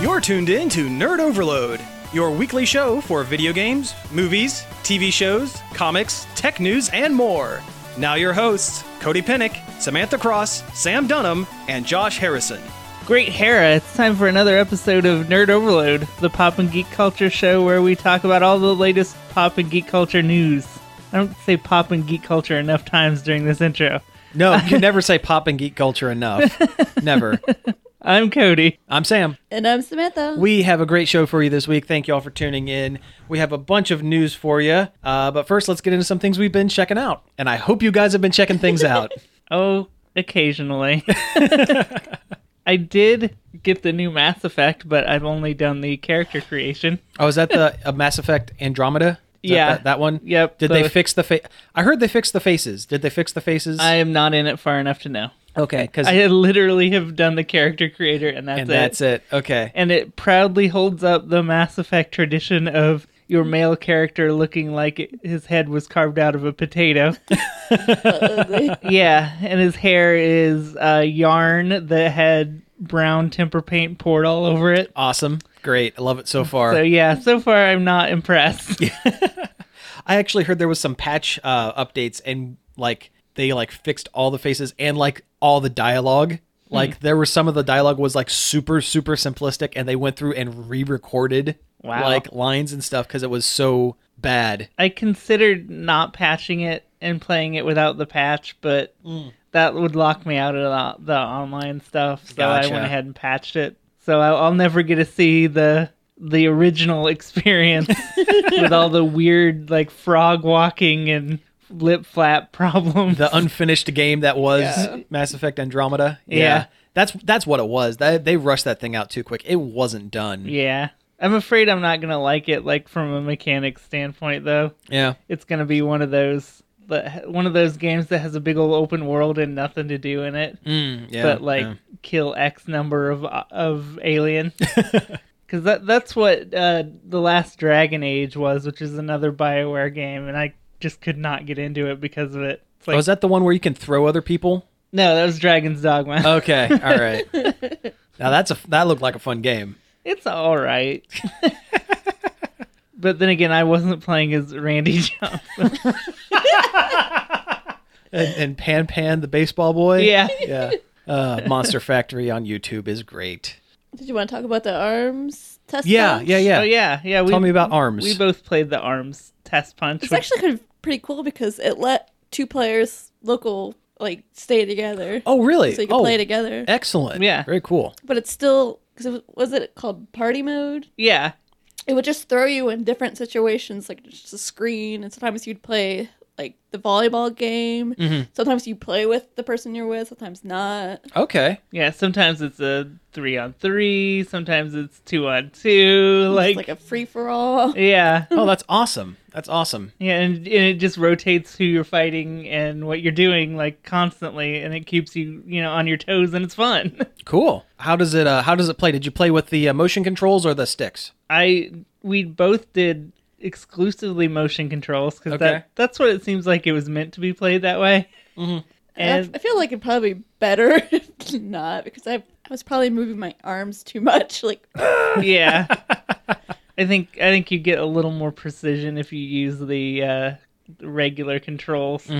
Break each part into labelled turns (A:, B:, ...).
A: You're tuned in to Nerd Overload, your weekly show for video games, movies, TV shows, comics, tech news, and more. Now, your hosts, Cody Pennick, Samantha Cross, Sam Dunham, and Josh Harrison.
B: Great Hera, it's time for another episode of Nerd Overload, the pop and geek culture show where we talk about all the latest pop and geek culture news. I don't say pop and geek culture enough times during this intro.
C: No, you can never say pop and geek culture enough. never.
B: I'm Cody.
C: I'm Sam.
D: And I'm Samantha.
C: We have a great show for you this week. Thank you all for tuning in. We have a bunch of news for you. Uh, but first, let's get into some things we've been checking out. And I hope you guys have been checking things out.
B: Oh, occasionally. I did get the new Mass Effect, but I've only done the character creation.
C: oh, is that the uh, Mass Effect Andromeda? Is that-
B: Yeah.
C: That, that one?
B: Yep,
C: Did
B: the-
C: they fix the face? I heard they fixed the faces. Did they fix the faces?
B: I am not in it far enough to know.
C: okay. Cause,
B: I literally have done the character creator, and that's
C: and
B: it.
C: that's it. Okay.
B: and it proudly holds up the Mass Effect tradition of your male character looking like it- his head was carved out of a potato. yeah, and his hair is uh, yarn that had brown temper paint poured all over it.
C: awesome. Great. I love it so far.
B: So yeah, so far I'm not impressed.
C: I actually heard there was some patch uh, updates and like they like fixed all the faces and like all the dialogue.
B: Hmm.
C: Like there was some of the dialogue was like super super simplistic and they went through and re-recorded
B: Wow.
C: like lines and stuff because it was so bad.
B: I considered not patching it and playing it without the patch, but
C: Mm.
B: that would lock me out of the, the online stuff. So
C: Gotcha.
B: I went ahead and patched it. So I'll, I'll never get to see the the original experience with all the weird like frog walking and lip flap problems.
C: The unfinished game that was
D: Yeah.
C: Mass Effect Andromeda. Yeah.
B: Yeah.
C: That's that's what it was. That they rushed that thing out too quick. It wasn't done.
B: yeah, I'm afraid I'm not gonna like it. Like from a mechanic standpoint, though,
C: Yeah.
B: it's gonna be one of those the- one of those games that has a big old open world and nothing to do in it.
C: Mm, yeah,
B: but like
C: yeah.
B: kill X number of uh, of alien. Because that that's what uh, the last Dragon Age was, which is another Bioware game, and I just could not get into it because of it. It's like,
C: oh, is that the one where you can throw other people?
B: no, that was Dragon's Dogma.
C: Okay, all right. now that's a that looked like a fun game.
B: it's all right. but then again, I wasn't playing as Randy Johnson.
C: and, and Pan Pan the baseball boy.
B: yeah,
C: yeah. Uh, Monster Factory on YouTube is great.
D: Did you want to talk about the arms test?
C: Yeah,
D: punch?
C: yeah, yeah.
B: Oh yeah, yeah. We,
C: Tell me about arms.
B: We both played the arms test punch.
D: It's
B: which-
D: actually kind of pretty cool because it let two players local like stay together,
C: oh, really?
D: so you can
C: oh,
D: play together.
C: excellent.
B: Yeah.
C: very cool.
D: But it's still because it was, was it called party mode?
B: yeah,
D: It would just throw you in different situations, like just a screen, and sometimes you'd play like the volleyball game.
C: Mm-hmm.
D: Sometimes you play with the person you're with, sometimes not.
C: Okay,
B: yeah. Sometimes it's a three on three. Sometimes it's two on two.
D: It's like a free for all.
B: Yeah.
C: oh, that's awesome. That's awesome.
B: Yeah, and, and it just rotates who you're fighting and what you're doing like constantly and it keeps you, you know, on your toes and it's fun.
C: Cool. How does it? Uh, how does it play? Did you play with the uh, motion controls or the sticks?
B: I we both did exclusively motion controls cuz
C: Okay.
B: that that's what it seems like it was meant to be played that way.
D: I,
B: And
D: I feel like it'd probably be better if not because I, I was probably moving my arms too much. Like,
B: yeah. I think I think you get a little more precision if you use the uh regular controls.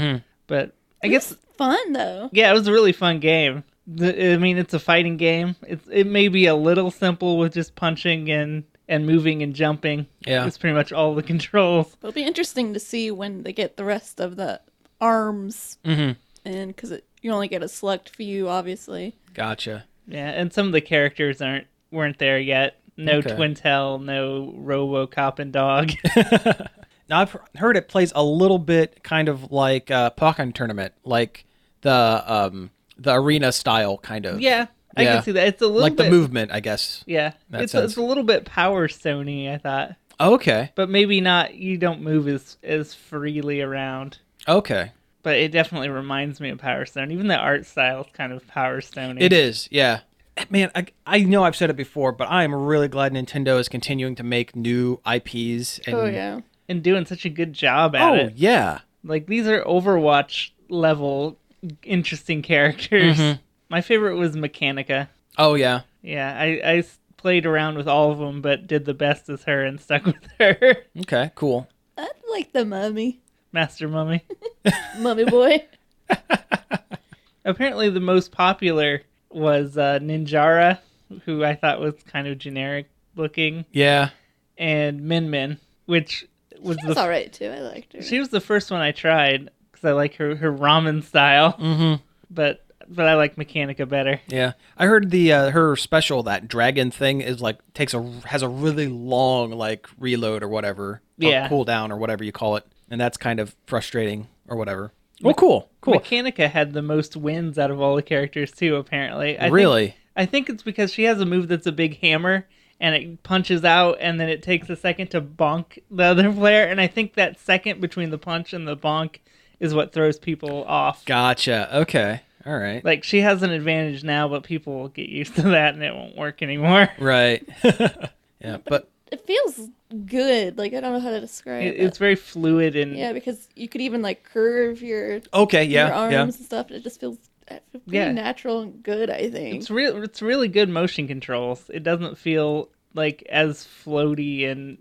B: But I guess
D: fun though.
B: Yeah, it was a really fun game. The- I mean, it's a fighting game. It's it may be a little simple with just punching and and moving and jumping.
C: Yeah.
B: it's pretty much all the controls.
D: It'll be interesting to see when they get the rest of the arms,
B: Mm-hmm.
D: and because you only get a select few, obviously.
C: Gotcha.
B: Yeah, and some of the characters aren't weren't there yet. No
C: Okay.
B: Twintel, no RoboCop and Dog.
C: Now I've heard it plays a little bit kind of like uh, Pokemon tournament, like the um the arena style kind of.
B: yeah, I
C: Yeah.
B: can see that. It's a little
C: like
B: bit,
C: the movement, I guess.
B: Yeah,
C: That
B: it's a,
C: sounds-
B: it's a little bit power Sony. I thought,
C: Okay.
B: but maybe not. You don't move as as freely around.
C: Okay.
B: But it definitely reminds me of Power Stone. Even the art style is kind of Power Stone.
C: It is, yeah. eh, Man, I, I know I've said it before, but I am really glad Nintendo is continuing to make new IPs. And,
D: Oh yeah,
B: and doing such a good job at
C: Oh,
B: it.
C: yeah.
B: Like these are Overwatch level
C: Mm-hmm.
B: interesting characters. My favorite was Mechanica.
C: Oh, yeah.
B: Yeah, I, I s- played around with all of them, but did the best as her and stuck with her.
C: Okay, cool.
D: I like the mummy,
B: Master Mummy.
D: mummy boy.
B: Apparently, the most popular was uh, Ninjara, who I thought was kind of generic looking,
C: Yeah.
B: and Min Min, which was
D: She
B: the
D: was all right too. I liked her.
B: she was the first one I tried because I like her her ramen style,
C: Mm-hmm.
B: but but I like Mechanica better.
C: Yeah. I heard the uh, her special that dragon thing is like takes a has a really long like reload or whatever. or
B: Yeah.
C: cooldown or whatever you call it, and that's kind of frustrating or whatever. Well, cool, cool.
B: Mechanica had the most wins out of all the characters too. Apparently, I think-
C: Really?
B: I think it's because she has a move that's a big hammer and it punches out and then it takes a second to bonk the other player and I think that second between the punch and the bonk is what throws people off.
C: Gotcha. Okay. All right.
B: Like she has an advantage now but people will get used to that and it won't work anymore.
C: Right. yeah, but
D: It feels good. Like I don't know how to describe
B: It,
D: it.
B: it's very fluid and
D: yeah, because you could even like curve your
C: okay. Yeah.
D: your arms
C: yeah.
D: and stuff. And it just feels it feels pretty
B: Yeah.
D: natural and good. I think.
B: it's real it's really good motion controls. It doesn't feel like as floaty and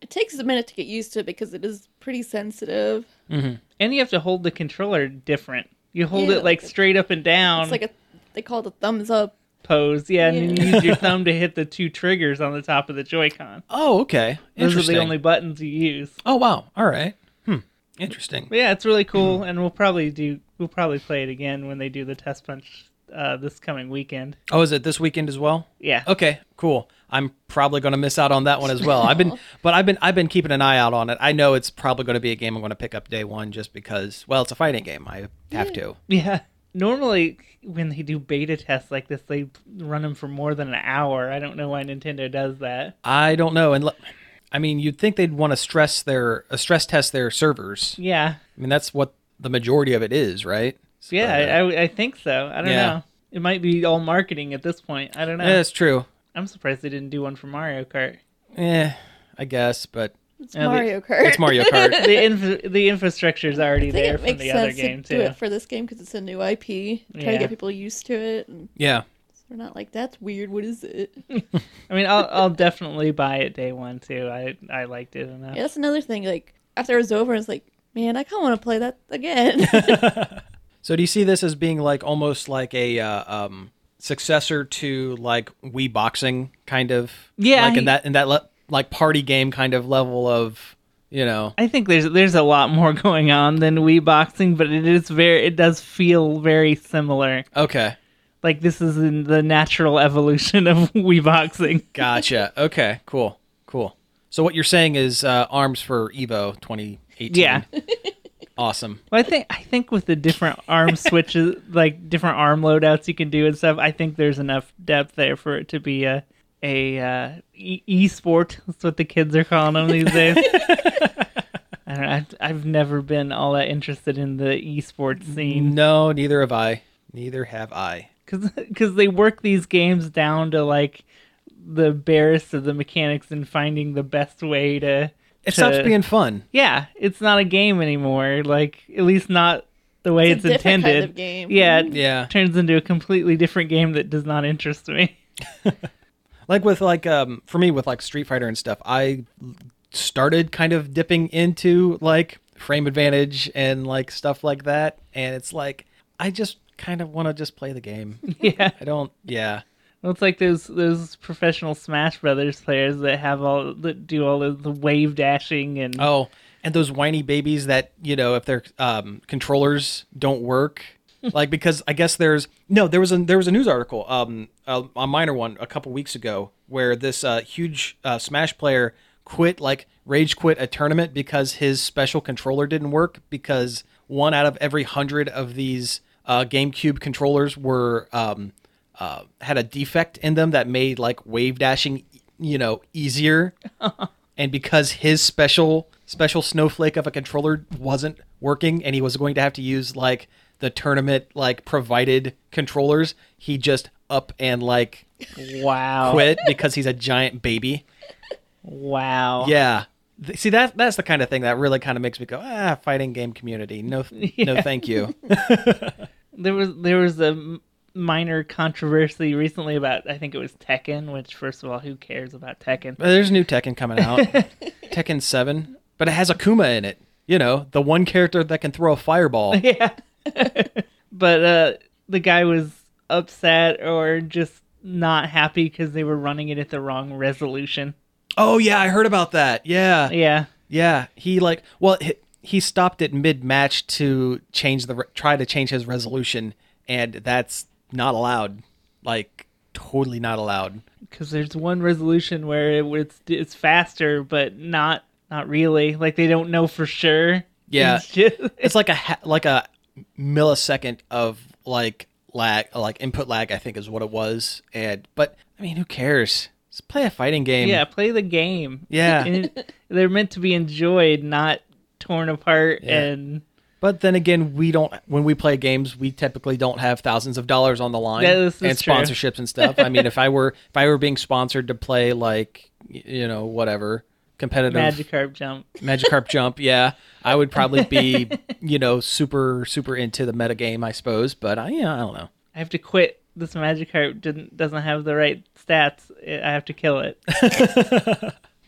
D: it takes a minute to get used to it because it is pretty sensitive.
B: and you have to hold the controller different. You hold it
D: Yeah,
B: like
D: like a-
B: straight up and down.
D: It's like a they call it a thumbs up.
B: pose. Yeah, and then
D: Yeah.
B: you use your thumb to hit the two triggers on the top of the Joy-Con.
C: Oh, okay.
B: Those are
C: Interesting.
B: the only buttons you use.
C: Oh, wow. All right. Hmm. Interesting.
B: But yeah, it's really cool, and we'll probably do. We'll probably play it again when they do the test punch uh, this coming weekend.
C: Oh, is it this weekend as well?
B: Yeah.
C: Okay, cool. I'm probably going to miss out on that one as well. I've been, but I've been, I've been keeping an eye out on it. I know it's probably going to be a game I'm going to pick up day one, just because. Well, it's a fighting game. I have to.
B: Yeah. Normally, when they do beta tests like this, they run them for more than an hour. I don't know why Nintendo does that.
C: I don't know, and le- I mean, you'd think they'd want to stress their uh, stress test their servers.
B: Yeah.
C: I mean, that's what the majority of it is, right? So,
B: Yeah,
C: uh,
B: I, I, I think so. I don't
C: Yeah.
B: know. It might be all marketing at this point. I don't know.
C: yeah, that's true.
B: I'm surprised they didn't do one for Mario Kart.
C: Eh, I guess, but
D: It's
B: Yeah, they-
D: Mario Kart.
C: it's Mario Kart.
B: the inf- the infrastructure is already
D: I think
B: there
D: it
B: from
D: makes
B: the other
D: sense to
B: game
D: do
B: too.
D: it for this game because it's a new IP. Try
B: Yeah.
D: to get people used to it, and
C: yeah,
D: they're not like that's weird. What is it?
B: I mean, I'll I'll definitely buy it day one too. I I liked it enough.
D: Yeah, that's another thing. Like after it was over, I was like, man, I kind of want to play that again.
C: So do you see this as being like almost like a uh, um, successor to like Wii boxing kind of?
B: Yeah,
C: like
B: I-
C: in that in that le- like party game kind of level of you know.
B: I think there's there's a lot more going on than Wii boxing, but it is very it does feel very similar.
C: Okay,
B: Like this is in the natural evolution of Wii boxing.
C: gotcha. okay, cool, cool. So what you're saying is uh, arms for Evo 2018.
B: Yeah.
C: awesome.
B: Well, I think I think with the different arm switches, like different arm loadouts you can do and stuff, I think there's enough depth there for it to be a a uh, e- e-sport. That's what the kids are calling them these days. I don't know, I've, I've never been all that interested in the e-sports
D: Mm-hmm.
B: scene
C: No, neither have I. Neither have I.
B: because they work these games down to like the barest of the mechanics and finding the best way to.
C: It stops
B: to-
C: being fun.
B: yeah, it's not a game anymore. Like at least not the way it's,
D: It's a different kind
B: intended.
D: of game. Mm-hmm.
B: Yeah, it
C: Yeah.
B: turns into a completely different game that does not interest me.
C: like with like um for me with like Street Fighter and stuff, I started kind of dipping into like frame advantage and like stuff like that, and it's like I just kind of want to just play the game.
B: yeah,
C: I don't. Yeah.
B: well, it's like those those professional Smash Brothers players that have all that do all of the wave dashing and
C: Oh, and those whiny babies that you know if their um, controllers don't work, like because I guess there's no there was a there was a news article um a, a minor one a couple weeks ago where this uh, huge uh, Smash player quit like rage quit a tournament because his special controller didn't work because one out of every hundred of these uh, GameCube controllers were um, uh, had a defect in them that made like wave dashing you know easier and because his special special snowflake of a controller wasn't working and he was going to have to use like the tournament like provided controllers he just up and like
B: wow,
C: Oh, quit because he's a giant baby
B: wow,
C: yeah Th- see that that's the kind of thing that really kind of makes me go ah fighting game community no no thank you
B: There was there was a m- minor controversy recently about I think it was Tekken, which first of all, who cares about Tekken?
C: Uh, There's a new Tekken coming out, Tekken Seven, but it has Akuma in it. You know, the one character that can throw a fireball.
B: yeah. but uh, the guy was upset or just not happy because they were running it at the wrong resolution.
C: oh yeah, I heard about that. Yeah,
B: Yeah.
C: yeah. He like, well, he, he stopped at mid match to change the re- try to change his resolution, and that's not allowed. Like, totally not allowed.
B: because there's one resolution where it, it's it's faster, but not not really. Like they don't know for sure.
C: Yeah.
B: It's just-
C: It's like a ha- like a millisecond of like lag, like input lag. I think is what it was. And but I mean, who cares? Just play a fighting game.
B: yeah. Play the game.
C: Yeah.
B: And it- they're meant to be enjoyed, not torn apart.
C: Yeah.
B: And
C: But then again, we don't. When we play games, we typically don't have thousands of dollars on the line
B: Yeah, this is
C: and
B: true.
C: sponsorships and stuff. I mean, if I were if I were being sponsored to play like y- you know whatever competitive
B: Magikarp jump.
C: Magikarp Jump, yeah, I would probably be you know super super into the meta game, I suppose. But I yeah, I don't know.
B: I have to quit. This Magikarp didn't doesn't have the right stats. I have to kill it.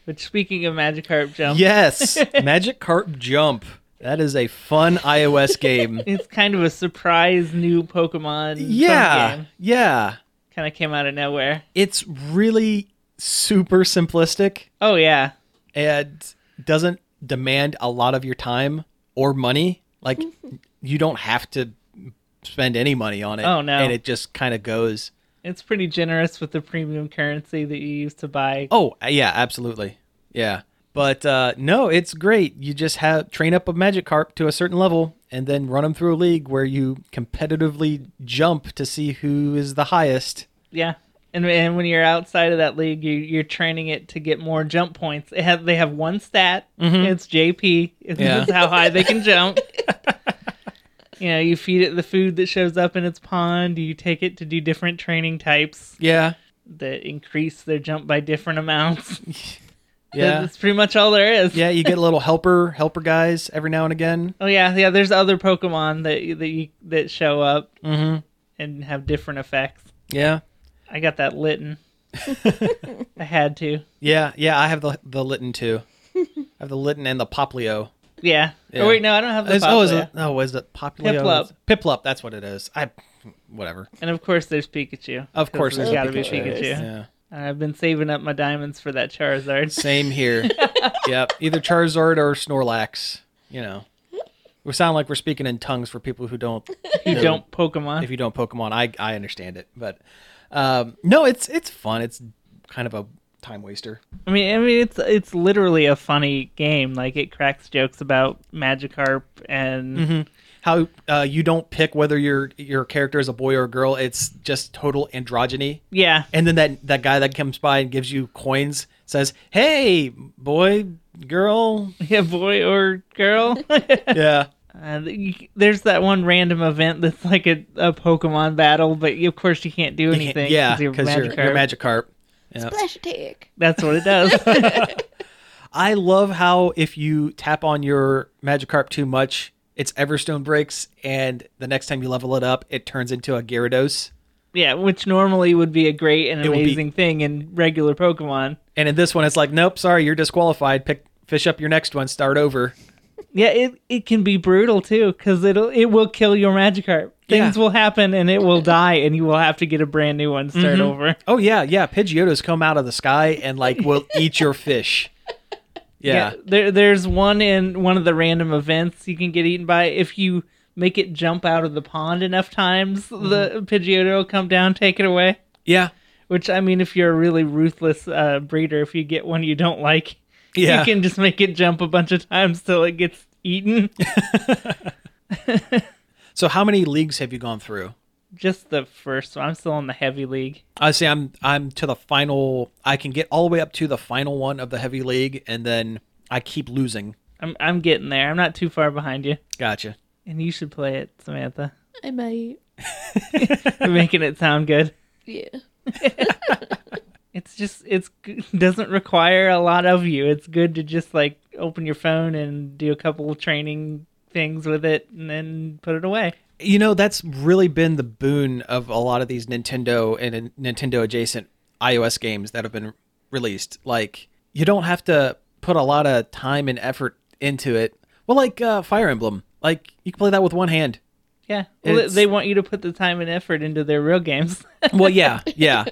B: Which speaking of Magikarp jump,
C: Yes, Magikarp Jump. That is a fun iOS game.
B: it's kind of a surprise new Pokemon.
C: yeah, yeah.
B: Kind of came out of nowhere.
C: It's really super simplistic.
B: Oh yeah.
C: and doesn't demand a lot of your time or money. Like you don't have to spend any money on it.
B: Oh, no.
C: And it just kind of goes.
B: It's pretty generous with the premium currency that you use to buy.
C: Oh yeah, absolutely. Yeah. But uh, no, it's great. You just have train up a Magikarp to a certain level and then run them through a league where you competitively jump to see who is the highest.
B: Yeah. And, and when you're outside of that league, you, you're training it to get more jump points. It have, they have one stat. It's JP. It's
C: Mm-hmm. Yeah.
B: it's how high they can jump. you know, you feed it the food that shows up in its pond. You take it to do different training types
C: Yeah.
B: that increase their jump by different amounts.
C: Yeah.
B: That's pretty much all there is.
C: yeah, you get little helper helper guys every now and again.
B: Oh yeah, yeah. There's other Pokemon that that you, that show up
C: Mm-hmm.
B: and have different effects.
C: Yeah.
B: I got that Litten. I had to.
C: Yeah, yeah, I have the the Litten too. I have the Litten and the Poplio.
B: Yeah.
C: Yeah.
B: Oh wait, no, I don't have the
C: Is- oh, is
B: Popplio.
C: it? Oh, is it Poplio?
B: Piplup.
C: Piplup. That's what it is. I, whatever.
B: And of course, there's Pikachu.
C: Of course,
B: there's
C: there's
B: got to be
D: Pikachu.
B: Pikachu.
C: Yeah.
B: I've been saving up my diamonds for that Charizard.
C: Same here. yep. Either Charizard or Snorlax. You know, we sound like we're speaking in tongues for people who don't.
B: You
C: know,
B: don't Pokemon.
C: If you don't Pokemon, I I understand it, but um, no, it's it's fun. It's kind of a time waster.
B: I mean, I mean, it's it's literally a funny game. Like it cracks jokes about Magikarp and
C: Mm-hmm. How uh, you don't pick whether your your character is a boy or a girl. It's just total androgyny.
B: yeah,
C: And then that that guy that comes by and gives you coins says, "Hey, boy, girl."
B: yeah, boy or girl.
C: yeah.
B: Uh, you- there's that one random event that's like a, a Pokemon battle, but you, of course you can't do
C: You
B: anything.
C: can't- Yeah,
B: 'cause you're
C: because you're,
B: Magikarp.
C: you're Magikarp. Yeah.
D: Splash attack.
B: That's what it does.
C: I love how if you tap on your Magikarp too much, its Everstone breaks, and the next time you level it up, it turns into a Gyarados.
B: Yeah, which normally would be a great and
C: It would be-
B: amazing thing in regular Pokemon.
C: And in this one, it's like, nope, sorry, you're disqualified. Pick fish up your next one, start over.
B: Yeah, it, it can be brutal too because it'll it will kill your Magikarp.
C: Yeah.
B: Things will happen and it will die, and you will have to get a brand new one, start over.
C: Oh yeah, yeah. Pidgeotos come out of the sky and like will eat your fish. Yeah.
B: there there's one in one of the random events you can get eaten by if you make it jump out of the pond enough times.
C: Mm-hmm.
B: The Pidgeotto will come down, take it away.
C: Yeah.
B: Which I mean, if you're a really ruthless uh, breeder, if you get one you don't like,
C: Yeah.
B: you can just make it jump a bunch of times till it gets eaten.
C: So how many leagues have you gone through?
B: just the first one. I'm still in the heavy league.
C: I see. I'm I'm to the final. I can get all the way up to the final one of the heavy league, and then I keep losing.
B: I'm I'm getting there. I'm not too far behind you.
C: Gotcha.
B: And you should play it, Samantha.
D: I might.
B: You're making it sound good.
D: Yeah.
B: It's just it's g- doesn't require a lot of you. It's good to just like open your phone and do a couple training things with it and then put it away.
C: you know that's really been the boon of a lot of these Nintendo and uh, Nintendo adjacent iOS games that have been released. Like you don't have to put a lot of time and effort into it. Well, like uh, Fire Emblem, like you can play that with one hand.
B: Yeah, well,
C: It's-
B: they want you to put the time and effort into their real games.
C: Well, yeah, yeah,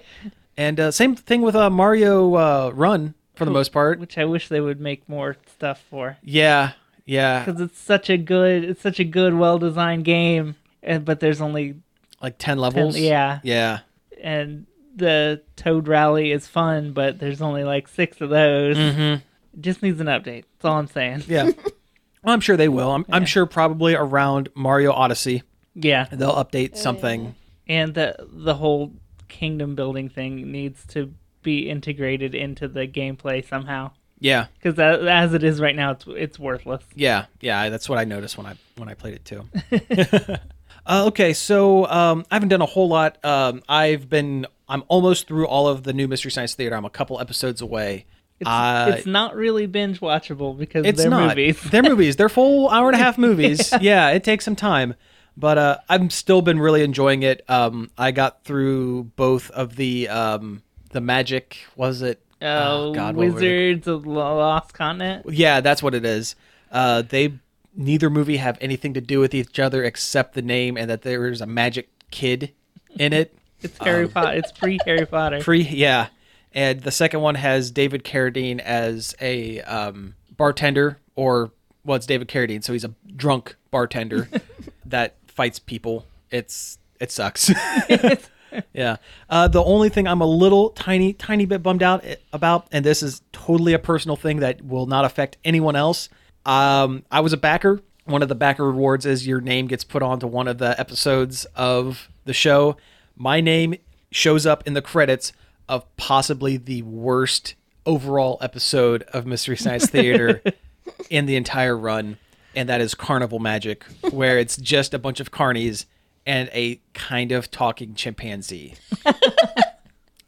C: and uh, same thing with uh, Mario uh, Run for the most part.
B: which I wish they would make more stuff for
C: Yeah, yeah,
B: because it's such a good, it's such a good, well-designed game. And but there's only
C: like ten levels.
B: yeah.
C: yeah.
B: and the Toad Rally is fun, but there's only like six of those.
C: Mhm.
B: It just needs an update. That's all I'm saying.
C: Yeah. Well, I'm sure they will. I'm, I'm sure probably around Mario Odyssey
B: Oh, Yeah,
C: they'll update something.
B: and the the whole kingdom building thing needs to be integrated into the gameplay somehow.
C: Yeah,
B: Because as it is right now, it's it's worthless.
C: yeah, yeah. That's what I noticed when I when I played it too. uh, okay, so um, I haven't done a whole lot. Um, I've been I'm almost through all of the new Mystery Science Theater. I'm a couple episodes away.
B: It's,
C: I-
B: it's not really binge watchable because
C: it's
B: they're
C: not
B: movies.
C: they're movies they're full hour and a half movies yeah. it takes some time but uh i've still been really enjoying it um i got through both of the um the magic was it
B: Oh,
C: what were they-
B: Wizards of the Lost Continent.
C: yeah that's what it is uh they neither movie have anything to do with each other except the name and that there's a magic kid in it
B: It's Harry Potter. It's pre Harry Potter.
C: Free, yeah. And the second one has David Carradine as a um, bartender, or well, it's David Carradine, so he's a drunk bartender that fights people. It's it sucks. yeah. Uh, the only thing I'm a little tiny, tiny bit bummed out i- about, and this is totally a personal thing that will not affect anyone else. Um, I was a backer. One of the backer rewards is your name gets put onto one of the episodes of the show. My name shows up in the credits of possibly the worst overall episode of Mystery Science Theater in the entire run, and that is Carnival Magic, where it's just a bunch of carnies and a kind of talking chimpanzee.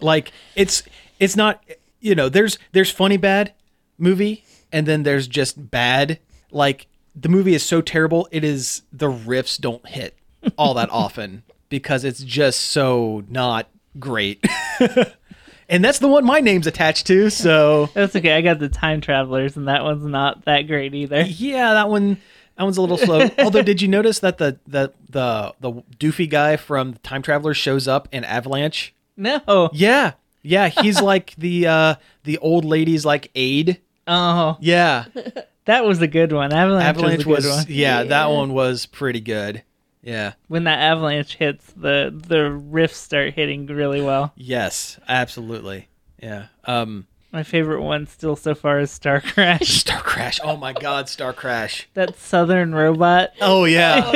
C: like it's it's not you know there's there's funny bad movie and then there's just bad like the movie is so terrible it is the riffs don't hit all that often because it's just so not great. and that's the one my name's attached to, so
B: That's okay. I got the time travelers, and that one's not that great either.
C: Yeah, that one that one's a little slow. Although did you notice that the the the the doofy guy from Time Traveler shows up in Avalanche?
B: No.
C: Yeah. Yeah, he's like the uh the old lady's like aide.
B: Oh,
C: Yeah.
B: that was a good one. Avalanche,
C: Avalanche
B: was a
C: was,
B: good one.
C: yeah, that
D: Yeah.
C: one was pretty good. Yeah.
B: When that avalanche hits, the the riffs start hitting really well.
C: Yes, absolutely. Yeah. Um
B: My favorite one still so far is Star Crash.
C: Star Crash. Oh my god, Star Crash.
B: that Southern robot.
C: Oh yeah.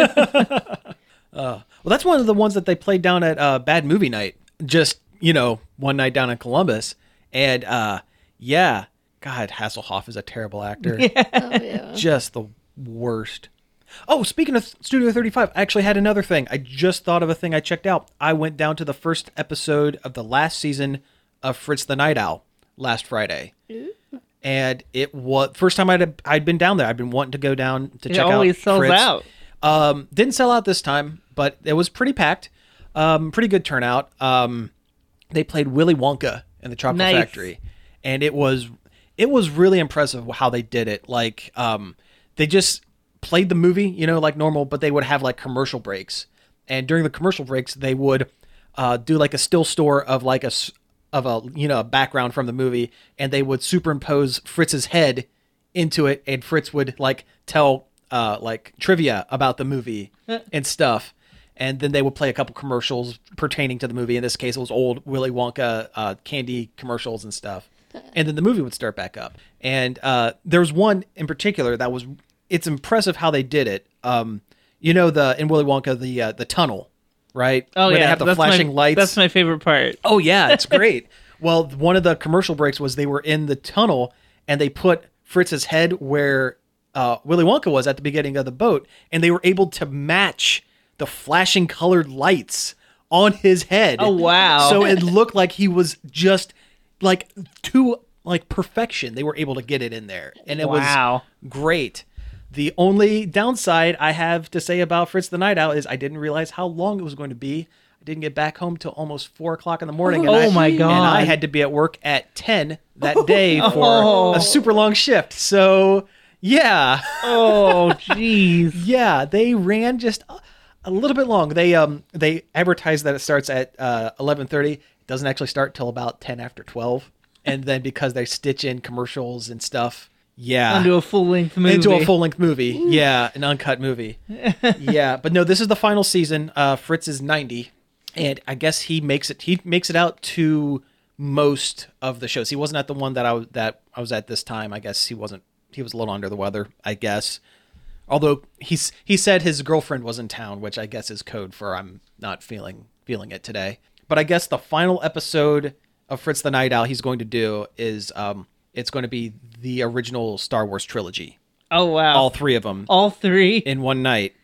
C: Uh, well, that's one of the ones that they played down at uh, Bad Movie Night. Just you know, one night down in Columbus, and uh, yeah, God, Hasselhoff is a terrible actor.
D: Oh, yeah.
C: Just the worst. Oh, speaking of Studio 35, I actually had another thing. I just thought of a thing I checked out. I went down to the first episode of the last season of Fritz the Night Owl last Friday. And it was first time I'd I'd been down there. I'd been wanting to go down to
B: It
C: check
B: always
C: out
B: sells
C: Fritz.
B: out.
C: Um, didn't sell out this time, but it was pretty packed. Um, pretty good turnout. Um, they played Willy Wonka in the Chocolate
B: Nice.
C: Factory, and it was it was really impressive how they did it. Like, um, they just played the movie, you know, like normal, but they would have like commercial breaks, and during the commercial breaks, they would uh, do like a still store of like a s- of a you know a background from the movie, and they would superimpose Fritz's head into it, and Fritz would like tell uh, like trivia about the movie and stuff. And then they would play a couple commercials pertaining to the movie. In this case, it was old Willy Wonka uh, candy commercials and stuff. And then the movie would start back up. And uh, there was one in particular that was. It's impressive how they did it. Um, you know the in Willy Wonka the uh, the tunnel, right?
B: Oh
C: Where
B: yeah,
C: they have the
B: that's my-
C: flashing lights.
B: That's my favorite part.
C: Oh yeah, it's great. well, one of the commercial breaks was they were in the tunnel and they put Fritz's head where uh, Willy Wonka was at the beginning of the boat, and they were able to match the flashing colored lights on his head.
B: Oh, wow.
C: So it looked like he was just like to like perfection. They were able to get it in there, and it
B: Wow.
C: was great. The only downside I have to say about Fritz the Night Owl is I didn't realize how long it was going to be. I didn't get back home till almost four o'clock in the morning. and
B: Oh
C: I,
B: my
C: And I
B: God.
C: had to be at work at ten that day for
B: Oh.
C: a super long shift. So yeah,
B: Oh, jeez.
C: yeah, they ran just a, a little bit long. They um they advertised that it starts at uh, eleven thirty. It doesn't actually start till about ten after twelve. And then because they stitch in commercials and stuff, yeah,
B: Onto a full length movie.
C: into a full length movie. Yeah, an uncut movie. yeah, but no, this is the final season. Uh, Fritz is ninety, and I guess he makes it. He makes it out to most of the shows. He wasn't at the one that I was that I was at this time. I guess he wasn't. He was a little under the weather. I guess. Although he's he said his girlfriend was in town, which I guess is code for I'm not feeling feeling it today. But I guess the final episode of Fritz the Night Owl he's going to do is um it's going to be the original Star Wars trilogy
B: Oh wow.
C: all three of them
B: All three.
C: in one night.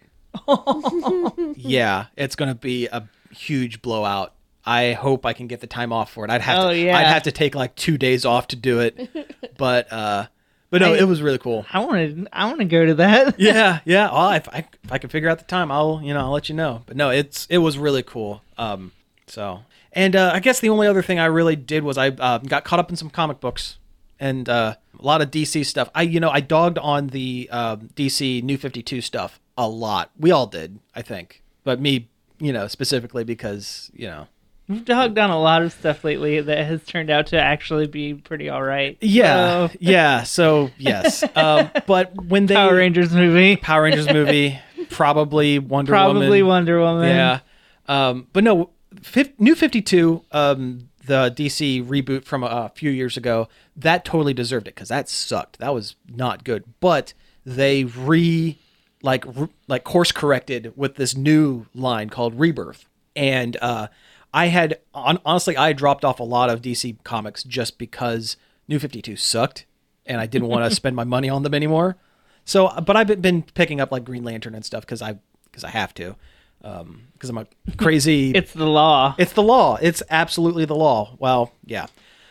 C: yeah, it's gonna be a huge blowout. I hope I can get the time off for it. I'd have
B: Oh,
C: to.
B: yeah.
C: I'd have to take like two days off to do it, but uh, but no,
B: I-
C: it was really cool.
B: I want to. I want to go to that.
C: Yeah, yeah. I'll, if I if I can figure out the time, I'll you know I'll let you know. But no, it's it was really cool. Um, so and uh, I guess the only other thing I really did was I uh, got caught up in some comic books and uh, a lot of DC stuff. I you know I dogged on the um DC New Fifty Two stuff a lot. We all did, I think, but me you know specifically because you know
B: We've dogged on a lot of stuff lately that has turned out to actually be pretty all right.
C: yeah
B: So,
C: yeah so yes um, but when they
B: Power Rangers movie.
C: Power Rangers movie probably Wonder Woman
B: Probably Wonder Woman.
C: Yeah. Um, but no, fif- New 52, um, the DC reboot from a, a few years ago, that totally deserved it because that sucked. That was not good. But they re, like, re- like course corrected with this new line called Rebirth. And uh, I had, on- honestly, I dropped off a lot of DC comics just because New 52 sucked and I didn't want to spend my money on them anymore. So, uh, but I've been- been picking up like Green Lantern and stuff because I because I have to because I'm a crazy.
B: It's the law.
C: it's the law. It's absolutely the law. Well, yeah,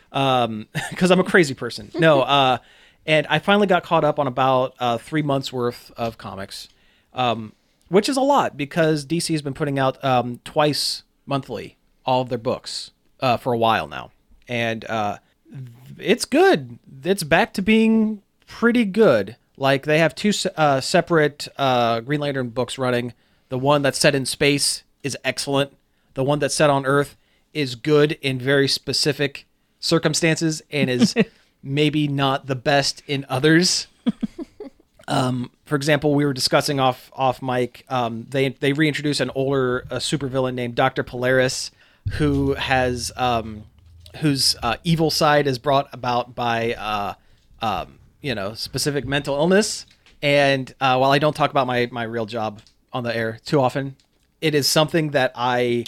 C: because I'm a crazy person. No, uh, and I finally got caught up on about uh, three months worth of comics, um, which is a lot because DC has been putting out um, twice monthly all of their books uh, for a while now, and uh, it's good. It's back to being pretty good. Like they have two se- uh, separate uh, Green Lantern books running. The one that's set in space is excellent. The one that's set on Earth is good in very specific circumstances and is maybe not the best in others. Um, for example, we were discussing off off mic. Um, they they reintroduce an older uh, supervillain named Doctor Polaris, who has um, whose uh, evil side is brought about by uh, um, you know specific mental illness. And uh, while I don't talk about my my real job on the air too often, it is something that I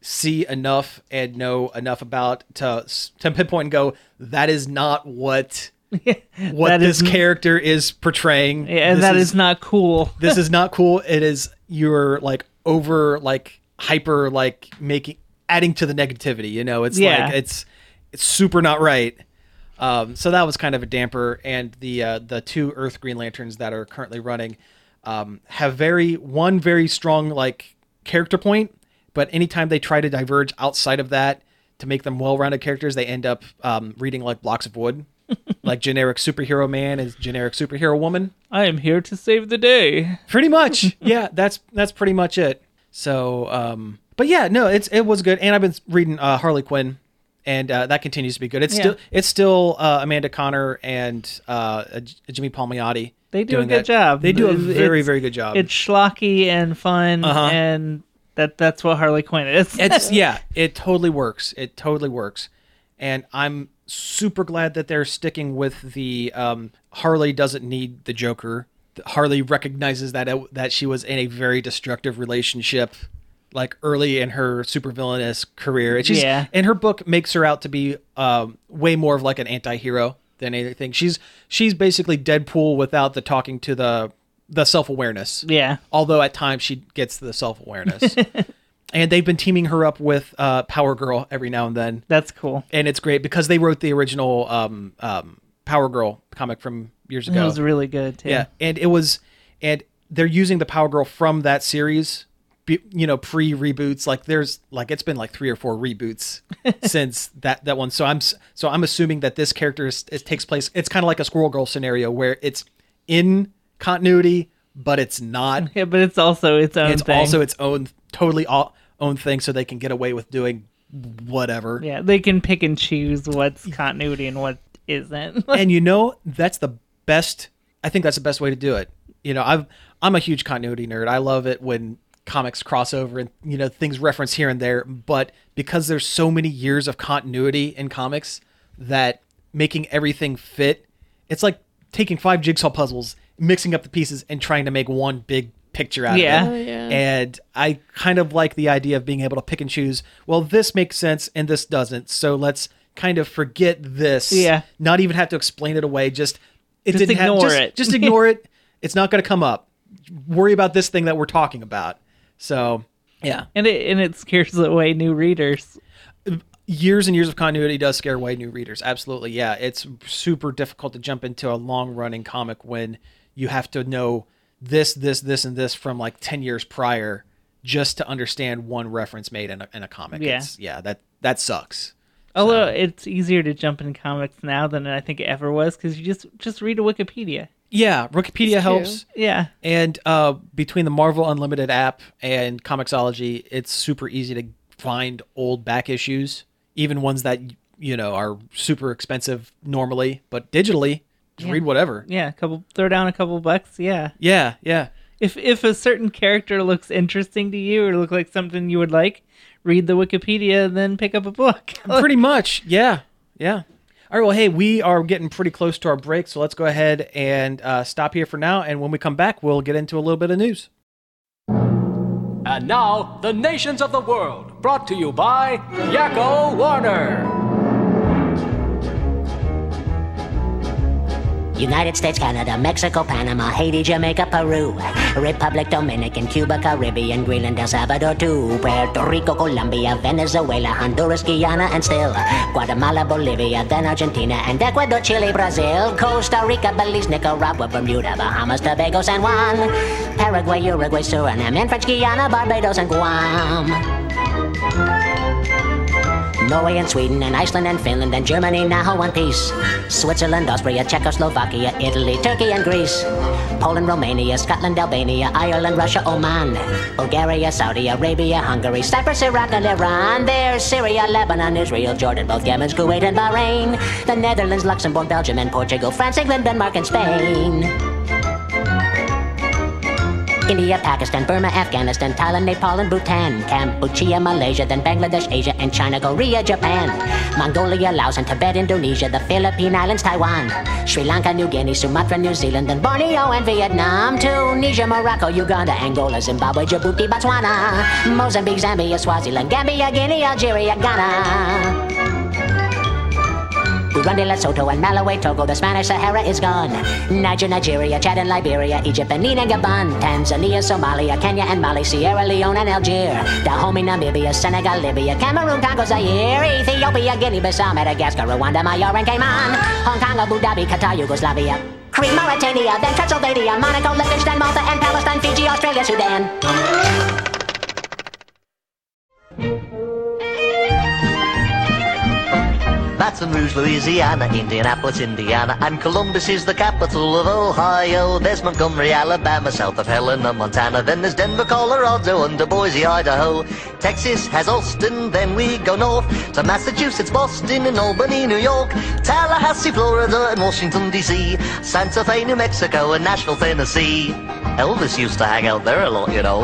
C: see enough and know enough about to to pinpoint and go that is not what what
B: That
C: this
B: is-
C: character is portraying
B: Yeah, and
C: this
B: that
C: is
B: is not cool.
C: this is not cool. It is you're like over like hyper like making adding to the negativity. You know, it's
B: Yeah.
C: like it's it's super not right. Um, so that was kind of a damper. And the uh, the two Earth Green Lanterns that are currently running um, have very one very strong like character point, but anytime they try to diverge outside of that to make them well-rounded characters, they end up um, reading like blocks of wood. like generic superhero man is generic superhero woman
B: I am here to save the day.
C: pretty much yeah that's that's pretty much it so um but yeah no it's it was good and i've been reading uh harley quinn and uh, that continues to be good it's
B: Yeah.
C: still it's still uh, amanda connor and uh uh, J- jimmy palmiotti
B: They do a
C: doing
B: good
C: that.
B: job.
C: they do a
B: It's-
C: very
B: it's-
C: very good job
B: It's schlocky and fun,
C: Um, Uh-huh.
B: and that that's what Harley Quinn is.
C: it's yeah it totally works it totally works and i'm super glad that they're sticking with the um, harley doesn't need the joker harley recognizes that it, that she was in a very destructive relationship like early in her supervillainous career and she's
B: Yeah.
C: and her book makes her out to be um, way more of like an anti-hero than anything she's she's basically deadpool without the talking to the the self-awareness
B: yeah.
C: although at times she gets the self awareness. and they've been teaming her up with uh, Power Girl every now and then,
B: That's cool.
C: and it's great because they wrote the original um, um, Power Girl comic from years
B: That
C: ago.
B: was really good too.
C: yeah, and it was and they're using the Power Girl from that series. be- You know, pre reboots, like there's like it's been like three or four reboots since that that one. So I'm s- so I'm assuming that this character is, it takes place. It's kind of like a Squirrel Girl scenario where it's in continuity, but it's not
B: Yeah, but it's also its own
C: it's
B: thing.
C: also its own totally all, own thing so they can get away with doing whatever
B: yeah, they can pick and choose what's continuity and what isn't.
C: and you know that's the best i think that's the best way to do it you know i've i'm a huge continuity nerd i love it when comics cross over and you know things reference here and there but because there's so many years of continuity in comics that making everything fit it's like taking five jigsaw puzzles mixing up the pieces and trying to make one big picture out
B: Yeah.
C: of it
D: Oh, yeah.
B: Mm-hmm.
C: and I kind of like the idea of being able to pick and choose. Well, this makes sense and this doesn't, so let's kind of forget this.
B: Yeah.
C: Not even have to explain it away. Just it
B: Just
C: didn't have-
B: ignore
C: just-
B: it.
C: Just ignore it. It's not going to come up. Worry about this thing that we're talking about. So yeah,
B: and it and it scares away new readers.
C: years and years of continuity does scare away new readers. Absolutely, yeah. It's super difficult to jump into a long running comic when you have to know this, this, this, and this from like ten years prior just to understand one reference made in a, in a comic.
B: Yeah.
C: It's- yeah. That that sucks.
B: Although it's easier to jump in comics now than I think it ever was because you just just read a Wikipedia.
C: Yeah, Wikipedia helps.
B: Yeah,
C: And uh, between the Marvel Unlimited app and Comixology, it's super easy to find old back issues, even ones that you know are super expensive normally, but digitally, just read whatever.
B: yeah. A couple, throw down a couple bucks. Yeah.
C: Yeah, yeah,
B: If if a certain character looks interesting to you or look like something you would like, read the Wikipedia and then pick up a book. Oh,
C: pretty much. Yeah, yeah. All right. Well, hey, we are getting pretty close to our break, so let's go ahead and uh, stop here for now. And when we come back, we'll get into a little bit of news.
E: And now, the nations of the world, brought to you by Yakko Warner.
F: United States, Canada, Mexico, Panama, Haiti, Jamaica, Peru, Republic, Dominican, Cuba, Caribbean, Greenland, El Salvador, too, Puerto Rico, Colombia, Venezuela, Honduras, Guyana, and still Guatemala, Bolivia, then Argentina, and Ecuador, Chile, Brazil, Costa Rica, Belize, Nicaragua, Bermuda, Bahamas, Tobago, San Juan, Paraguay, Uruguay, Suriname, and French Guiana, Barbados, and Guam. Norway and Sweden and Iceland and Finland and Germany now one piece. Switzerland, Austria, Czechoslovakia, Italy, Turkey and Greece. Poland, Romania, Scotland, Albania, Ireland, Russia, Oman, Bulgaria, Saudi Arabia, Hungary, Cyprus, Iraq, and Iran. There's Syria, Lebanon, Israel, Jordan, both Yemen, Kuwait, and Bahrain. The Netherlands, Luxembourg, Belgium, and Portugal, France, England, Denmark, and Spain. India, Pakistan, Burma, Afghanistan, Thailand, Nepal, and Bhutan, Cambodia, Malaysia, then Bangladesh, Asia, and China, Korea, Japan, Mongolia, Laos, and Tibet, Indonesia, the Philippine Islands, Taiwan, Sri Lanka, New Guinea, Sumatra, New Zealand, then Borneo and Vietnam, Tunisia, Morocco, Uganda, Angola, Zimbabwe, Djibouti, Botswana, Mozambique, Zambia, Swaziland, Gambia, Guinea, Algeria, Ghana. Burundi, Lesotho, and Malawi, Togo, the Spanish Sahara is gone. Niger, Nigeria, Chad, and Liberia, Egypt, Benin, and Gabon, Tanzania, Somalia, Kenya, and Mali, Sierra Leone, and Algier, Dahomey, Namibia, Senegal, Libya, Cameroon, Congo, Zaire, Ethiopia, Guinea Bissau, Madagascar, Rwanda, Mayor, and Cayman, Hong Kong, Abu Dhabi, Qatar, Yugoslavia, Crete, Mauritania, then Transylvania, Monaco, Liechtenstein, Malta, and Palestine, Fiji, Australia, Sudan.
G: Baton Rouge, Louisiana, Indianapolis, Indiana, and Columbus is the capital of Ohio. There's Montgomery, Alabama, south of Helena, Montana, then there's Denver, Colorado, and to Boise, Idaho. Texas has Austin, then we go north to Massachusetts, Boston, and Albany, New York, Tallahassee, Florida, and Washington, D.C., Santa Fe, New Mexico, and Nashville, Tennessee. Elvis used to hang out there a lot, you know.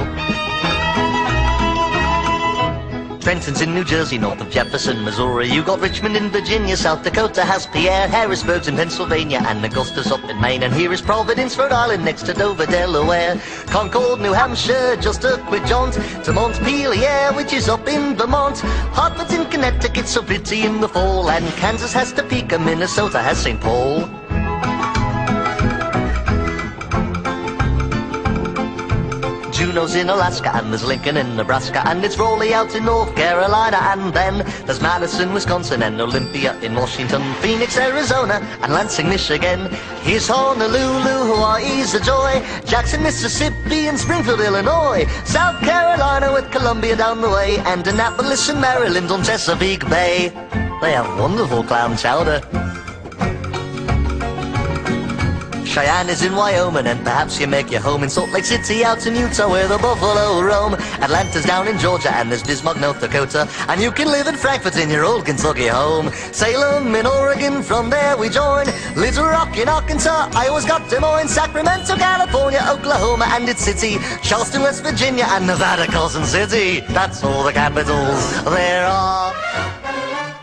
G: Trenton's in New Jersey, north of Jefferson, Missouri. You got Richmond in Virginia, South Dakota has Pierre, Harrisburg's in Pennsylvania, and Augusta's up in Maine. And here is Providence, Rhode Island, next to Dover, Delaware. Concord, New Hampshire, just a quick jaunt to Montpelier, which is up in Vermont. Hartford's in Connecticut, so pretty in the fall. And Kansas has Topeka, Minnesota has St. Paul. June Juneau's in Alaska, and there's Lincoln in Nebraska, and it's Raleigh out in North Carolina, and then there's Madison, Wisconsin, and Olympia in Washington, Phoenix, Arizona, and Lansing, Michigan. Here's Honolulu, Hawaii's a joy, Jackson, Mississippi, and Springfield, Illinois, South Carolina with Columbia down the way, and Annapolis and Maryland on Chesapeake Bay. They have wonderful clam chowder. Cheyenne is in Wyoming, and perhaps you make your home in Salt Lake City, out in Utah, where the buffalo roam. Atlanta's down in Georgia, and there's Bismarck, North Dakota, and you can live in Frankfurt in your old Kentucky home. Salem in Oregon, from there we join. Little Rock in Arkansas, Iowa's got Des Moines, Sacramento, California, Oklahoma, and its city, Charleston, West Virginia, and Nevada, Carson City. That's all the capitals there are.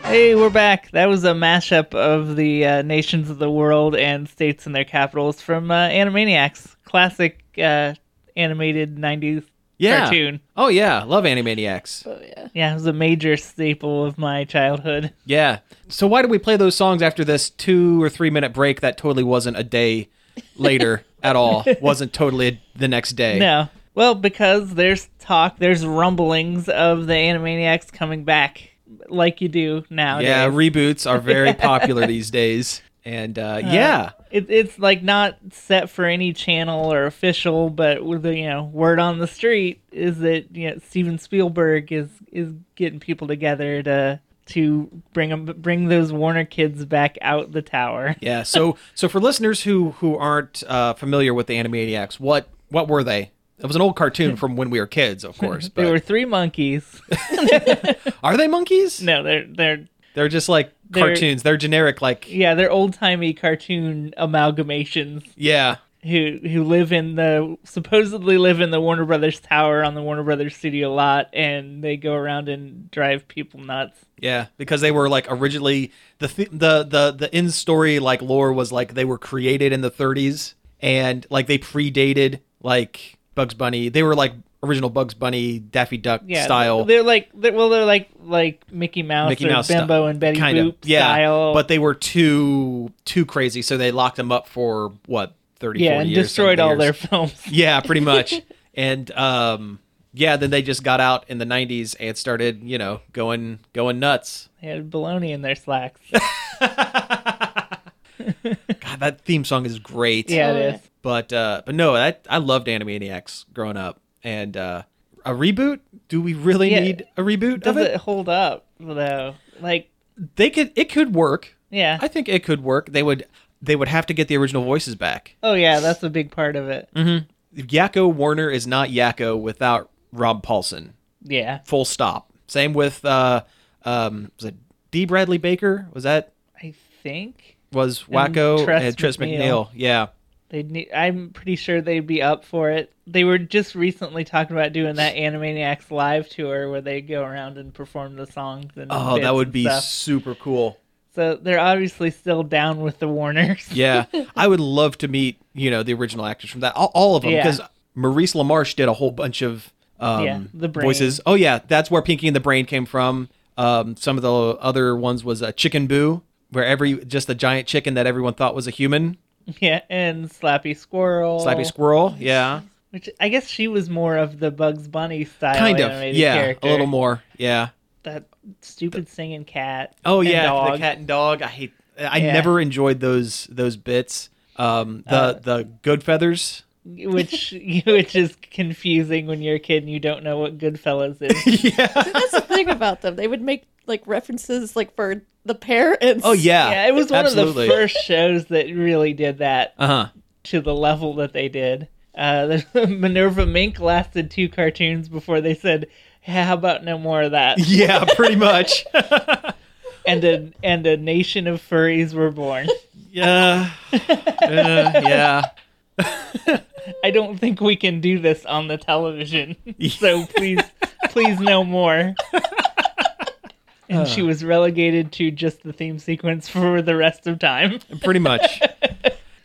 B: Hey, we're back. That was a mashup of the uh, nations of the world and states and their capitals from uh, Animaniacs, classic uh, animated '90s
C: Yeah.
B: cartoon.
C: Oh yeah, love Animaniacs.
D: Oh yeah.
B: Yeah, it was a major staple of my childhood.
C: Yeah. So why did we play those songs after this two or three minute break that totally wasn't a day later at all? Wasn't totally the next day.
B: No. Well, because there's talk, there's rumblings of the Animaniacs coming back, like you do now.
C: Yeah, reboots are very popular these days. And uh, yeah,
B: it, it's like not set for any channel or official, but with the you know word on the street is that you know Steven Spielberg is is getting people together to to bring 'em- bring those Warner kids back out the tower.
C: yeah. So so for listeners who who aren't uh, familiar with the Animaniacs, what what were they? It was an old cartoon from when we were kids, of course. But
B: There were three monkeys.
C: are they monkeys?
B: No, they're they're
C: They're just like
B: They're-
C: cartoons. They're generic, like
B: yeah they're old timey cartoon amalgamations
C: yeah,
B: who who live in the supposedly live in the Warner Brothers tower on the Warner Brothers studio lot, and they go around and drive people nuts.
C: Yeah, because they were like originally the th- the the the in story like lore was like they were created in the 30s and like they predated like Bugs Bunny. They were like original Bugs Bunny, Daffy Duck
B: yeah,
C: style.
B: They're like, they're, well, they're like like Mickey Mouse
C: Mickey
B: or
C: Mouse
B: Bimbo
C: style,
B: and Betty
C: kind
B: Boop
C: of, yeah.
B: style.
C: But they were too too crazy, so they locked them up for what 30
B: yeah,
C: 40
B: and
C: years,
B: destroyed
C: 70
B: all
C: years.
B: their films.
C: Yeah, pretty much. and um yeah, then they just got out in the 90s and started, you know, going going nuts.
B: They had baloney in their slacks.
C: God, that theme song is great.
B: Yeah, it is.
C: But uh, but no, that I loved Animaniacs growing up, and uh, a reboot. Do we really
B: Yeah.
C: need a reboot
B: Does
C: of it?
B: it hold up though? Like,
C: They could. It could work.
B: yeah.
C: I think it could work. They would. They would have to get the original voices back.
B: oh yeah, that's a big part of it.
C: Mm. Yakko Warner is not Yakko without Rob Paulson.
B: Yeah,
C: Full stop. Same with uh, um, was it D. Bradley Baker? Was that
B: I think
C: was Wacko
B: Tress
C: and Tress
B: McNeil.
C: McNeil? Yeah.
B: They need, I'm pretty sure they'd be up for it. They were just recently talking about doing that Animaniacs live tour where they go around and perform the songs and
C: Oh,
B: bits
C: that would
B: and
C: be
B: stuff.
C: super cool.
B: so. They're obviously still down with the Warners.
C: Yeah, I would love to meet you know the original actors from that, all, all of them,
B: Yeah.
C: because Maurice LaMarche did a whole bunch of um,
B: Yeah, The Brain.
C: voices. Oh yeah, that's where Pinky and the Brain came from. Um, some of the other ones was uh, Chicken Boo, where every just a giant chicken that everyone thought was a human,
B: Yeah, and Slappy Squirrel.
C: Slappy Squirrel. Yeah,
B: Which I guess she was more of the Bugs Bunny style.
C: kind of.
B: animated
C: Yeah,
B: character.
C: a little more. Yeah.
B: That stupid singing cat.
C: Oh
B: and
C: yeah,
B: dog.
C: the cat and dog. I hate. I
B: Yeah.
C: never enjoyed those those bits. Um, the the good feathers.
B: which which is confusing when you're a kid and you don't know what Goodfellas is.
D: That's the thing about them. They would make like references like for the parents.
C: Oh yeah,
B: yeah, it was one
C: absolutely.
B: of the first shows that really did that
C: Uh huh.
B: to the level that they did. Uh, the Minerva Mink lasted two cartoons before they said, "Yeah, "How about no more of that?"
C: Yeah, pretty much.
B: and a and a nation of furries were born.
C: Yeah. Uh, yeah.
B: I don't think we can do this on the television. So please, please no more. And she was relegated to just the theme sequence for the rest of time.
C: Pretty much.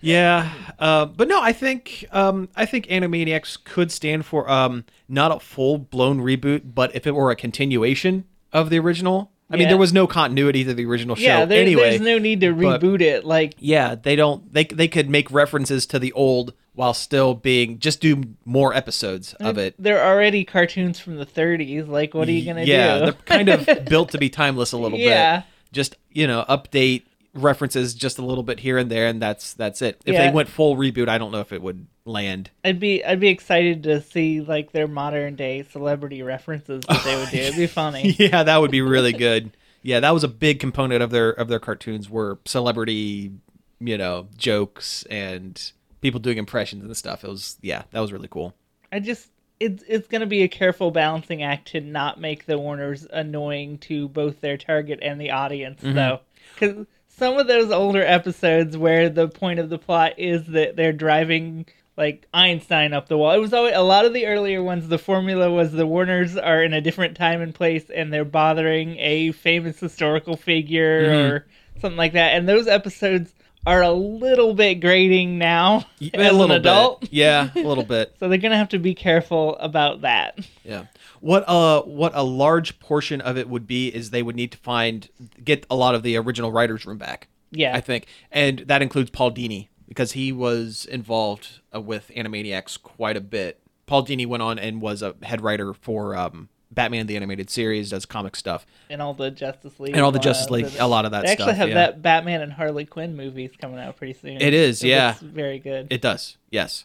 C: Yeah. Uh, but no, I think um, I think Animaniacs could stand for um, not a full blown reboot, but if it were a continuation of the original. I mean,
B: Yeah.
C: there was no continuity to the original show
B: yeah, there,
C: anyway.
B: there's no need to
C: but-
B: reboot it. Like,
C: yeah, they don't. They they could make references to the old while still being just do more episodes of it.
B: They're already cartoons from the 30s. Like, what are you gonna
C: yeah,
B: do?
C: they're kind of built to be timeless a little
B: Yeah.
C: bit. Just, you know, update references just a little bit here and there and that's that's it. If
B: Yeah.
C: they went full reboot, I don't know if it would land.
B: I'd be I'd be excited to see like their modern day celebrity references that they would do. It'd be funny.
C: Yeah, that would be really good. Yeah, that was a big component of their of their cartoons were celebrity, you know, jokes and people doing impressions and stuff. It was yeah, that was really cool.
B: I just it's it's gonna be a careful balancing act to not make the Warners annoying to both their target and the audience though, because some of those older episodes where the point of the plot is that they're driving like Einstein up the wall. It was always a lot of the earlier ones. The formula was the Warners are in a different time and place, and they're bothering a famous historical figure or something like that. And those episodes are a little bit grating now as an adult.
C: bit. Yeah, a little bit.
B: So they're gonna have to be careful about that.
C: Yeah. What uh what a large portion of it would be is they would need to find get a lot of the original writers room back.
B: Yeah.
C: I think. And that includes Paul Dini because he was involved uh, with Animaniacs quite a bit. Paul Dini went on and was a head writer for um Batman the animated series, does comic stuff.
B: And all the Justice League.
C: And all the
B: ones
C: Justice League,
B: and-
C: a lot of that
B: They actually
C: stuff,
B: have
C: yeah.
B: that Batman and Harley Quinn movies coming out pretty soon.
C: It is, yeah.
B: looks very good.
C: It does, yes.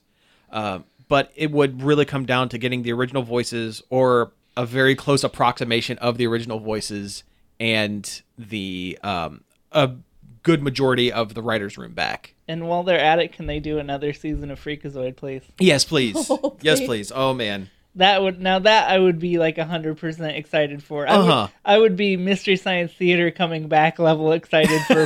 C: Um, but it would really come down to getting the original voices or a very close approximation of the original voices and the um, a good majority of the writers' room back.
B: and while they're at it, can they do another season of Freakazoid, please?
C: Yes, please. Yes,
D: please.
C: please. Oh man.
B: That would now that I would be like hundred percent excited for. I,
C: Uh-huh.
B: would, I would be Mystery Science Theater coming back level excited for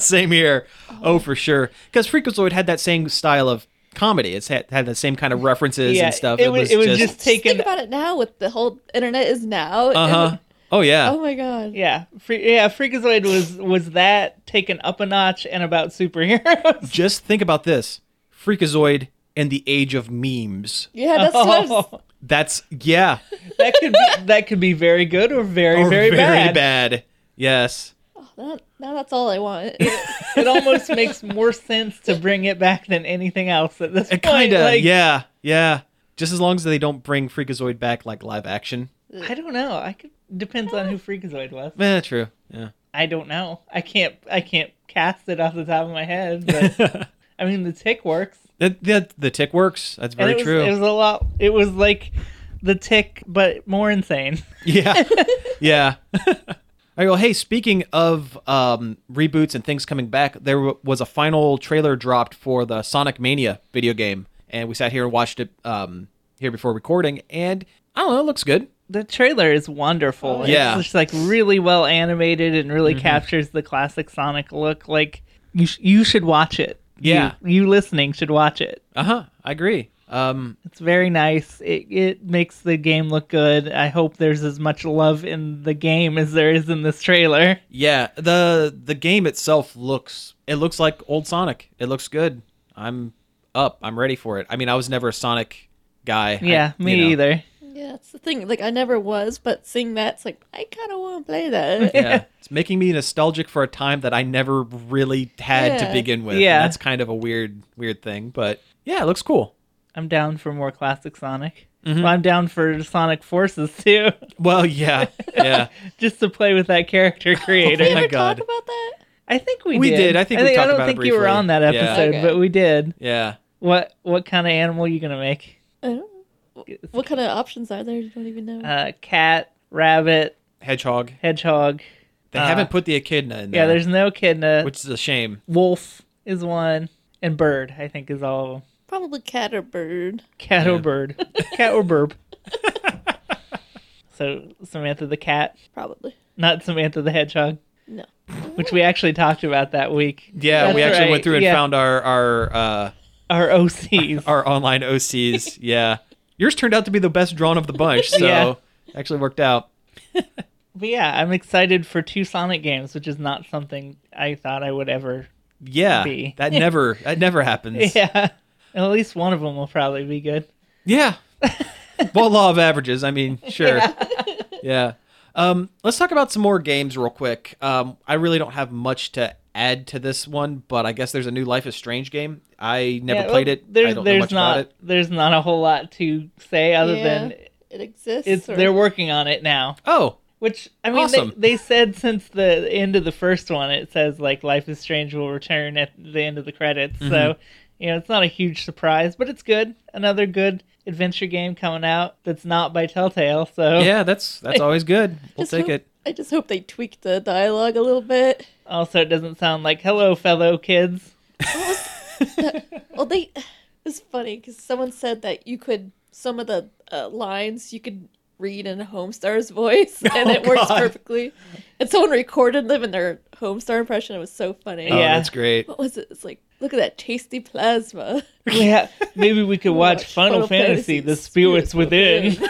C: Same here. Oh, for sure. Because Freakazoid had that same style of comedy. It's had, had the same kind of references
B: yeah,
C: and stuff.
B: It, would it would just,
D: Just
B: take
D: think
B: an
D: about it now with the whole internet is now. and-
C: Uh huh. Oh yeah.
D: Oh my god.
B: Uh-huh. yeah, free, yeah. Freakazoid was was that taken up a notch and about superheroes.
C: Just think about this. Freakazoid and the age of memes.
D: Yeah, that's what I was-
C: That's yeah.
B: that could be that could be very good or very
C: Or
B: very, bad.
C: Yes.
D: Now, now that's all I want.
B: It almost makes more sense to bring it back than anything else at this
C: It
B: point.
C: kind of
B: like,
C: yeah yeah. Just as long as they don't bring Freakazoid back like live action.
B: I don't know. I could depends on who Freakazoid was.
C: Eh, true. Yeah.
B: I don't know. I can't I can't cast it off the top of my head. But I mean, the tick works.
C: The, the, the tick works. That's
B: And
C: very
B: it was,
C: true.
B: It was a lot. It was like the tick, but more insane.
C: Yeah. yeah. I go, hey, speaking of um, reboots and things coming back, there w- was a final trailer dropped for the Sonic Mania video game. And we sat here and watched it um, here before recording. And I don't know, it looks good.
B: The trailer is wonderful.
C: Oh, Yeah. Mm-hmm.
B: It's just like really well animated and really captures the classic Sonic look. Like you, sh- you should watch it.
C: Yeah.
B: You, you listening should watch it.
C: Uh huh. I agree. Um,
B: It's very nice. It it makes the game look good. I hope there's as much love in the game as there is in this trailer.
C: yeah, the the game itself looks it looks like old Sonic. It looks good. I'm up. I'm ready for it. I mean, I was never a Sonic guy. I-
B: Yeah,
C: you
B: me
C: know.
B: either.
D: yeah, that's the thing. Like I never was, but seeing that's like I kind of want to play that.
C: yeah it's making me nostalgic for a time that i never really had to
D: Yeah.
C: begin with
B: Yeah.
C: and that's kind of a weird weird thing but yeah it looks cool
B: I'm down for more classic Sonic.
C: Mm-hmm.
B: Well, I'm down for Sonic Forces too,
C: well yeah yeah
B: just to play with that character creator.
C: Oh my
D: Ever
C: God.
D: talk about that?
B: I think we,
C: We
B: did.
C: did. I think we
B: I
C: talked
B: don't
C: about it
B: think you were
C: briefly.
B: on that
C: Yeah.
B: episode,
D: Okay.
B: but we did.
C: yeah
B: What what kind of animal are you gonna make?
D: I don't know. What kind of options are there? You don't even know.
B: Uh, cat, rabbit,
C: hedgehog
B: hedgehog.
C: they haven't put the echidna in there
B: Uh, Yeah, there's no echidna.
C: which is a shame
B: Wolf is one, and bird. I think is all of them.
D: Probably cat or bird.
B: Cat or bird. cat or burb. so Samantha the cat,
D: Probably.
B: not Samantha the hedgehog,
D: No.
B: which we actually talked about that week.
C: yeah we
B: That's
C: actually
B: right,
C: went through and
B: yeah.
C: found our our uh
B: Our OCs.
C: our online ocs yeah yours turned out to be the best drawn of the bunch so
B: Yeah.
C: actually worked out
B: but yeah, I'm excited for two Sonic games, which is not something I thought I would ever.
C: yeah
B: Be.
C: that never that never happens
B: Yeah. At least one of them will probably be good.
C: Yeah. well, law of averages. I mean, sure. Yeah. Um, let's talk about some more games real quick. Um, I really don't have much to add to this one, but I guess there's a new Life is Strange game. I never
B: Yeah,
C: played
B: well,
C: it.
B: There's,
C: I don't know
B: there's
C: much
B: not
C: about it.
B: there's not a whole lot to say other
D: Yeah,
B: than
D: it exists.
B: it's
D: or-
B: they're working on it now.
C: Oh,
B: Which I mean,
C: Awesome.
B: they, they said since the end of the first one, it says like "Life is Strange" will return at the end of the credits.
C: Mm-hmm.
B: So, you know, it's not a huge surprise, but it's good. Another good adventure game coming out that's not by Telltale. So,
C: yeah, that's that's always good. We'll
D: Just
C: take
D: hope-
C: it.
D: I just hope they tweak the dialogue a little bit.
B: also, it doesn't sound like "Hello, fellow kids."
D: Well, they it's funny because someone said that you could some of the uh, lines you could read in Homestar's voice, and it works
C: Oh, God.
D: perfectly. And someone recorded them in their Homestar impression. It was so funny.
C: Oh,
B: Yeah.
C: that's great.
D: What was it? It's like look at that tasty plasma.
B: yeah, maybe we could watch,
D: Watch
B: Final,
D: Final
B: Fantasy:
D: Fantasy,
B: The Spirits
D: Spirits
B: Within.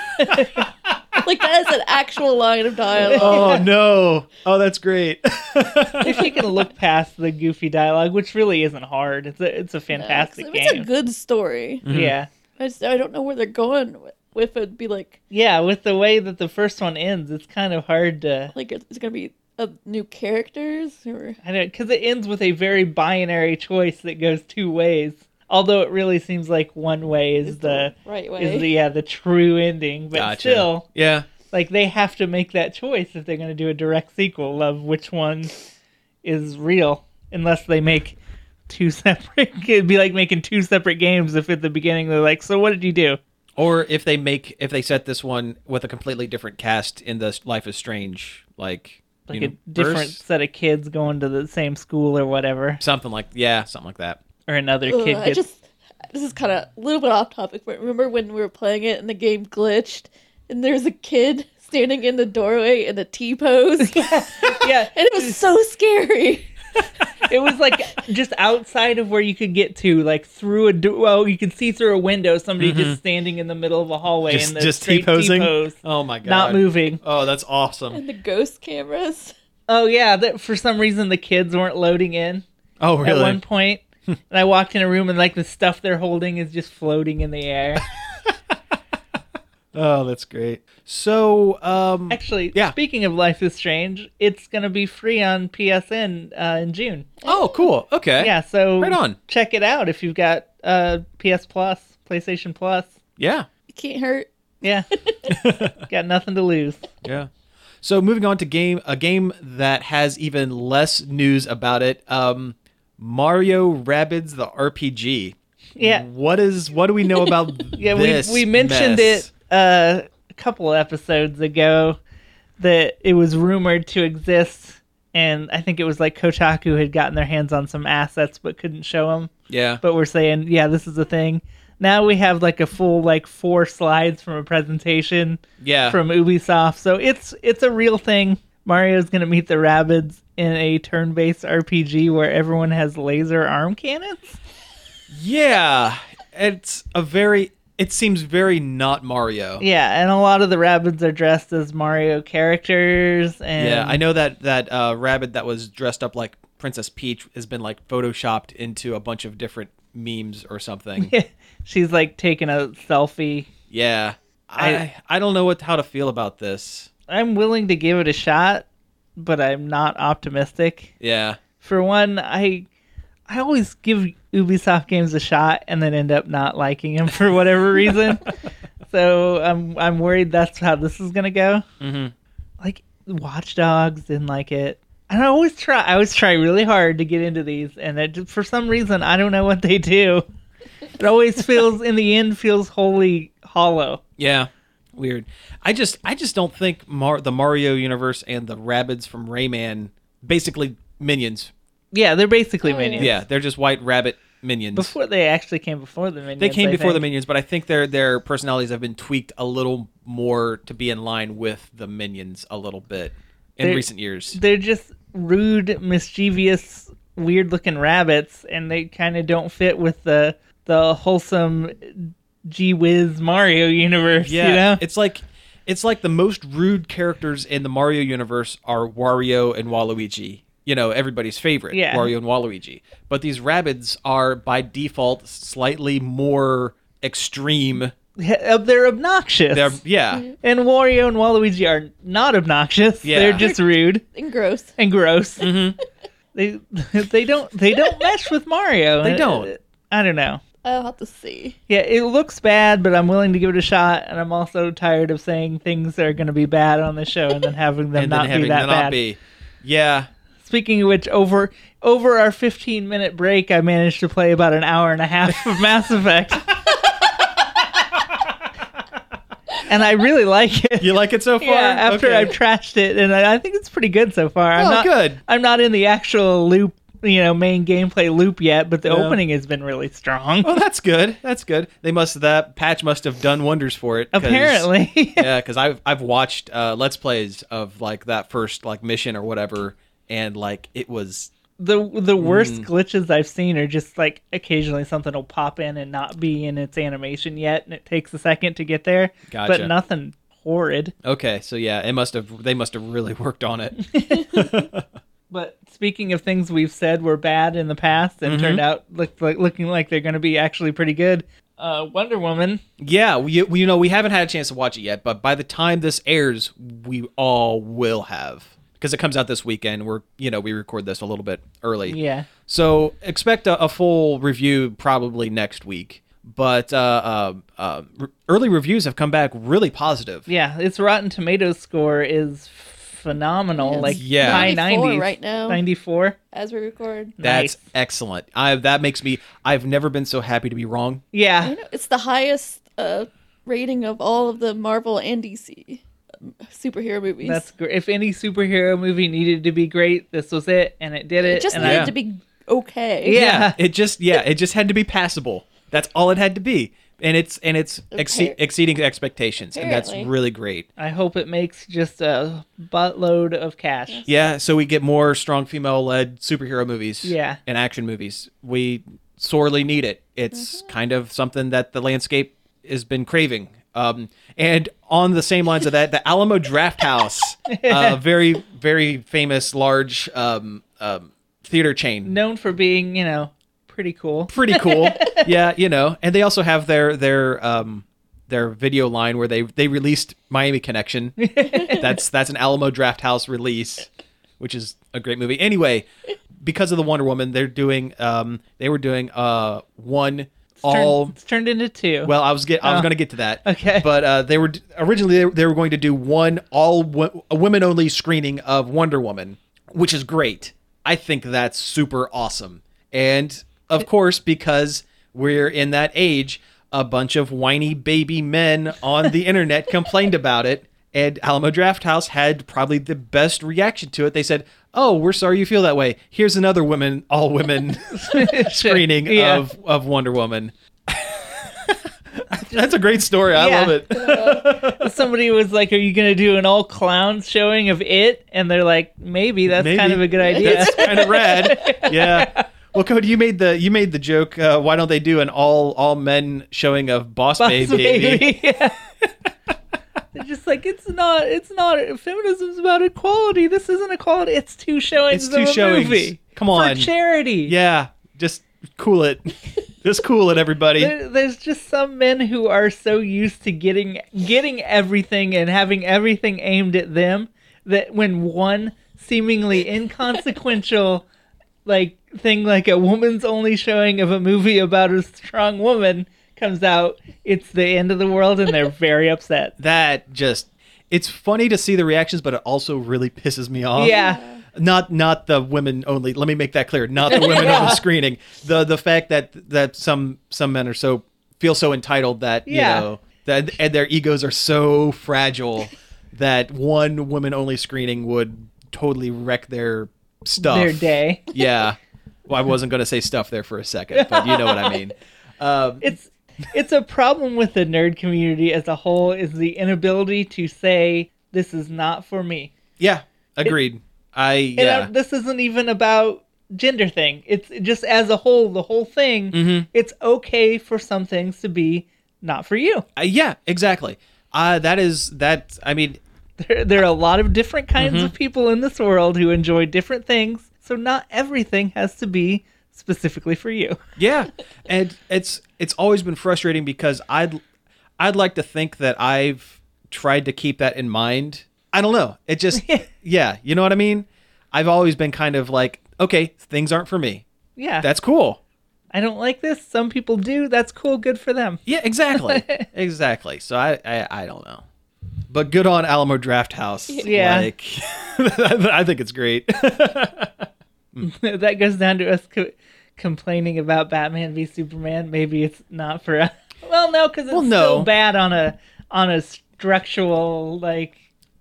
D: like that is an actual line of dialogue.
C: Oh no! Oh, that's great.
B: if you can look past the goofy dialogue, which really isn't hard, it's a it's a
D: 'Cause
B: fantastic
D: if
B: game.
D: It's a good story.
B: Yeah.
D: I just I don't know where they're going with. If it'd be like
B: Yeah, with the way that the first one ends, it's kind of hard to.
D: like it's gonna be uh, new characters or
B: I don't because it ends with a very binary choice that goes two ways. Although it really seems like one way is the
D: right way.
B: is the yeah the true ending, but
C: Gotcha.
B: still
C: Yeah.
B: like they have to make that choice if they're going to do a direct sequel of which one is real, unless they make two separate. It'd be like making two separate games if at the beginning they're like, so what did you do?
C: Or if they make if they set this one with a completely different cast in the Life is Strange like
B: Like
C: universe,
B: a different set of kids going to the same school or whatever,
C: something like yeah something like that.
B: or another
D: Ugh,
B: kid
D: I
B: gets
D: just this is kind of a little bit off topic, but remember when we were playing it and the game glitched and there's a kid standing in the doorway in the T pose, and
B: yeah,
D: it was so scary.
B: it was like just outside of where you could get to, like through a do- well, you could see through a window somebody just standing in the middle of a hallway
C: Mm-hmm. Just-
B: in the
C: just
B: straight
C: T-posing?
B: T-pose,
C: Oh my god!
B: not moving.
C: Oh, that's awesome.
D: And the ghost cameras.
B: Oh yeah, that for some reason the kids weren't loading in
C: Oh
B: at one point.
C: Hmm.
B: and I walked in a room and like the stuff they're holding is just floating in the air.
C: Oh, that's great. So um
B: Actually,
C: Yeah.
B: speaking of Life is Strange, it's gonna be free on PSN uh, in June.
C: oh cool okay
B: Yeah, so
C: Right on.
B: check it out if you've got uh, PS Plus, PlayStation Plus.
C: yeah
D: It can't hurt.
B: Yeah. Got nothing to lose.
C: Yeah. So moving on to game a game that has even less news about it. Um Mario Rabbids the RPG.
B: Yeah.
C: What is what do we know about
B: Yeah,
C: this
B: we we mentioned
C: mess?
B: it uh, a couple episodes ago that it was rumored to exist and I think it was like Kotaku had gotten their hands on some assets but couldn't show them.
C: Yeah.
B: But we're saying, yeah, this is a thing. Now we have like a full like four slides from a presentation
C: yeah.
B: from Ubisoft. So it's it's a real thing. Mario's gonna meet the Rabbids in a turn-based RPG where everyone has laser arm cannons.
C: yeah. It's a very it seems very not Mario.
B: Yeah, and a lot of the Rabbids are dressed as Mario characters. And
C: Yeah, I know that that uh rabbit that was dressed up like Princess Peach has been like photoshopped into a bunch of different memes or something.
B: she's like taking a selfie.
C: yeah. I I don't know what how to feel about this.
B: I'm willing to give it a shot, but I'm not optimistic.
C: Yeah.
B: For one, I I always give Ubisoft games a shot and then end up not liking them for whatever reason. so I'm I'm worried that's how this is gonna go. Mm-hmm. Like Watch Dogs didn't like it. And I always try. I always try really hard to get into these, and it, for some reason, I don't know what they do. It always feels, in the end, feels wholly hollow.
C: Yeah. Weird. I just I just don't think Mar- the Mario universe and the rabbits from Rayman basically minions.
B: Yeah, they're basically minions.
C: Oh, Yeah, they're just white rabbit minions.
B: before they actually came before the minions.
C: they came
B: I
C: before the
B: think.
C: minions, but I think their their personalities have been tweaked a little more to be in line with the minions a little bit in
B: They're-
C: recent years.
B: they're just rude, mischievous, weird-looking rabbits, and they kind of don't fit with the the wholesome G Wiz Mario universe.
C: Yeah.
B: you know?
C: It's like it's like the most rude characters in the Mario universe are Wario and Waluigi. You know, everybody's favorite,
B: Yeah.
C: Wario and Waluigi. But these rabbits are by default slightly more extreme.
B: Yeah, uh, they're obnoxious.
C: They're yeah.
B: and Wario and Waluigi are not obnoxious.
C: Yeah. Mm-hmm.
B: They're just rude
D: And gross.
B: and gross. They they don't they don't mesh with Mario. Uh,
C: They don't.
B: I don't know.
D: I'll have to see.
B: Yeah, it looks bad, but I'm willing to give it a shot. And I'm also tired of saying things that are going to be bad on the show and then having them
C: and
B: not
C: then having
B: be that
C: the
B: bad.
C: not be. Yeah,
B: Speaking of which, over over our 15 minute break, I managed to play about an hour and a half of Mass Effect. and I really like it.
C: you like it so far?
B: Yeah, after
C: Okay.
B: I've trashed it, and I, I think it's pretty good so far. I'm
C: Oh,
B: not
C: good.
B: I'm not in the actual loop, you know, main gameplay loop yet, but the opening has been really strong.
C: Oh, that's good. That's good. They must that patch must have done wonders for it. 'cause-
B: Apparently,
C: yeah, because I've I've watched uh, let's plays of like that first like mission or whatever, and like it was
B: the the worst
C: Mm.
B: glitches I've seen are just like occasionally something will pop in and not be in its animation yet, and it takes a second to get there.
C: Gotcha.
B: But nothing horrid.
C: okay. So yeah, it must have they must have really worked on it.
B: But speaking of things we've said were bad in the past and
C: Mm-hmm.
B: turned out look, like looking like they're going to be actually pretty good. Uh, Wonder Woman.
C: yeah, we, we you know we haven't had a chance to watch it yet, but by the time this airs, we all will have because it comes out this weekend. We're you know we record this a little bit early.
B: Yeah.
C: So expect a, a full review probably next week. But uh, uh, uh, re- early reviews have come back really positive.
B: Yeah, its Rotten Tomatoes score is phenomenal.
D: Yes.
B: Like
C: Yeah.
B: high
D: 94
B: 90s
D: right now.
B: 94.
D: As we record,
C: That's
B: Nice.
C: excellent. I that makes me. I've never been so happy to be wrong.
B: Yeah.
D: it's the highest uh, rating of all of the Marvel and DC um, superhero movies.
B: That's great. If any superhero movie needed to be great, this was it and it did it.
D: it just
B: and
D: needed
B: I-
D: to be okay.
B: Yeah.
C: It just yeah. It just had to be passable. That's all it had to be, and it's and it's exce-
D: Appar-
C: exceeding expectations, and that's
D: Apparently.
C: really great.
B: I hope it makes just a buttload of cash.
C: Yeah. So we get more strong female led superhero movies.
B: Yeah.
C: And action movies. We sorely need it. It's kind of something that the landscape has been craving. Um, and on the same lines of that, the Alamo Draft House, uh, very, very famous large um, um, theater chain.
B: Known for being, you know, pretty cool.
C: Pretty cool. yeah, you know. And they also have their their um, their video line where they they released Miami Connection. that's that's an Alamo Draft House release, which is a great movie. Anyway, because of the Wonder Woman, they're doing um they were doing uh one
B: Turn-
C: all
B: it's turned into two.
C: well I was get I was gonna get to that
B: Oh. okay.
C: but uh they were originally they were, they were going to do one all wo- a women only screening of Wonder Woman, which is great. I think that's super awesome, and of course because we're in that age. A bunch of whiny baby men on the internet complained about it, and Alamo Drafthouse had probably the best reaction to it. They said, "Oh, we're sorry you feel that way. Here's another women, all women screening
B: Yeah.
C: of of Wonder Woman." That's a great story. I
B: Yeah.
C: love it.
B: Somebody was like, Are you going to do an all clowns showing of it? And they're like, Maybe that's
C: Maybe.
B: kind of a good idea.
C: That's kind of rad. Yeah. Well, Cody, you made the you made the joke. Uh, why don't they do an all all men showing of Boss, Babe, Baby?
B: Yeah. They're just like it's not it's not feminism's about equality this isn't equality it's two
C: It's
B: showings of
C: two
B: a
C: showings.
B: movie
C: Come
B: for
C: on.
B: charity
C: Yeah. Just cool it. Just cool it, everybody.
B: There- there's just some men who are so used to getting getting everything and having everything aimed at them that when one seemingly inconsequential like thing like a woman's only showing of a movie about a strong woman comes out it's the end of the world and they're very upset
C: That just it's funny to see the reactions, but it also really pisses me off.
B: yeah
C: Not not the women only. Let me make that clear. Not the women only screening. The the fact that that some some men are so feel so entitled that
B: Yeah.
C: you know that and their egos are so fragile that one woman only screening would totally wreck their stuff.
B: their day
C: Yeah. Well, I wasn't going to say stuff there for a second, but you know what I mean. Um,
B: it's it's a problem with the nerd community as a whole is the inability to say this is not for me
C: yeah. Agreed. I
B: And
C: yeah.
B: uh, this isn't even about gender thing. It's just as a whole, the whole thing.
C: Mm-hmm.
B: It's okay for some things to be not for you.
C: Uh, yeah, exactly. Uh, that is that I mean
B: There, there are a lot of different
C: Mm-hmm.
B: kinds of people in this world who enjoy different things. So not everything has to be specifically for you.
C: Yeah, and it's it's always been frustrating because I'd I'd like to think that I've tried to keep that in mind. I don't know. It just yeah, you know what I mean. I've always been kind of like okay, things aren't for me.
B: Yeah.
C: That's cool.
B: I don't like this. Some people do. That's cool. Good for them.
C: Yeah, exactly. exactly. So I, I I don't know. But good on Alamo Draft House.
B: Yeah.
C: Like, I think it's great.
B: that goes down to us co- complaining about Batman v Superman. Maybe it's not for us. Well, no, because it's
C: Well, no.
B: so bad on a on a structural like.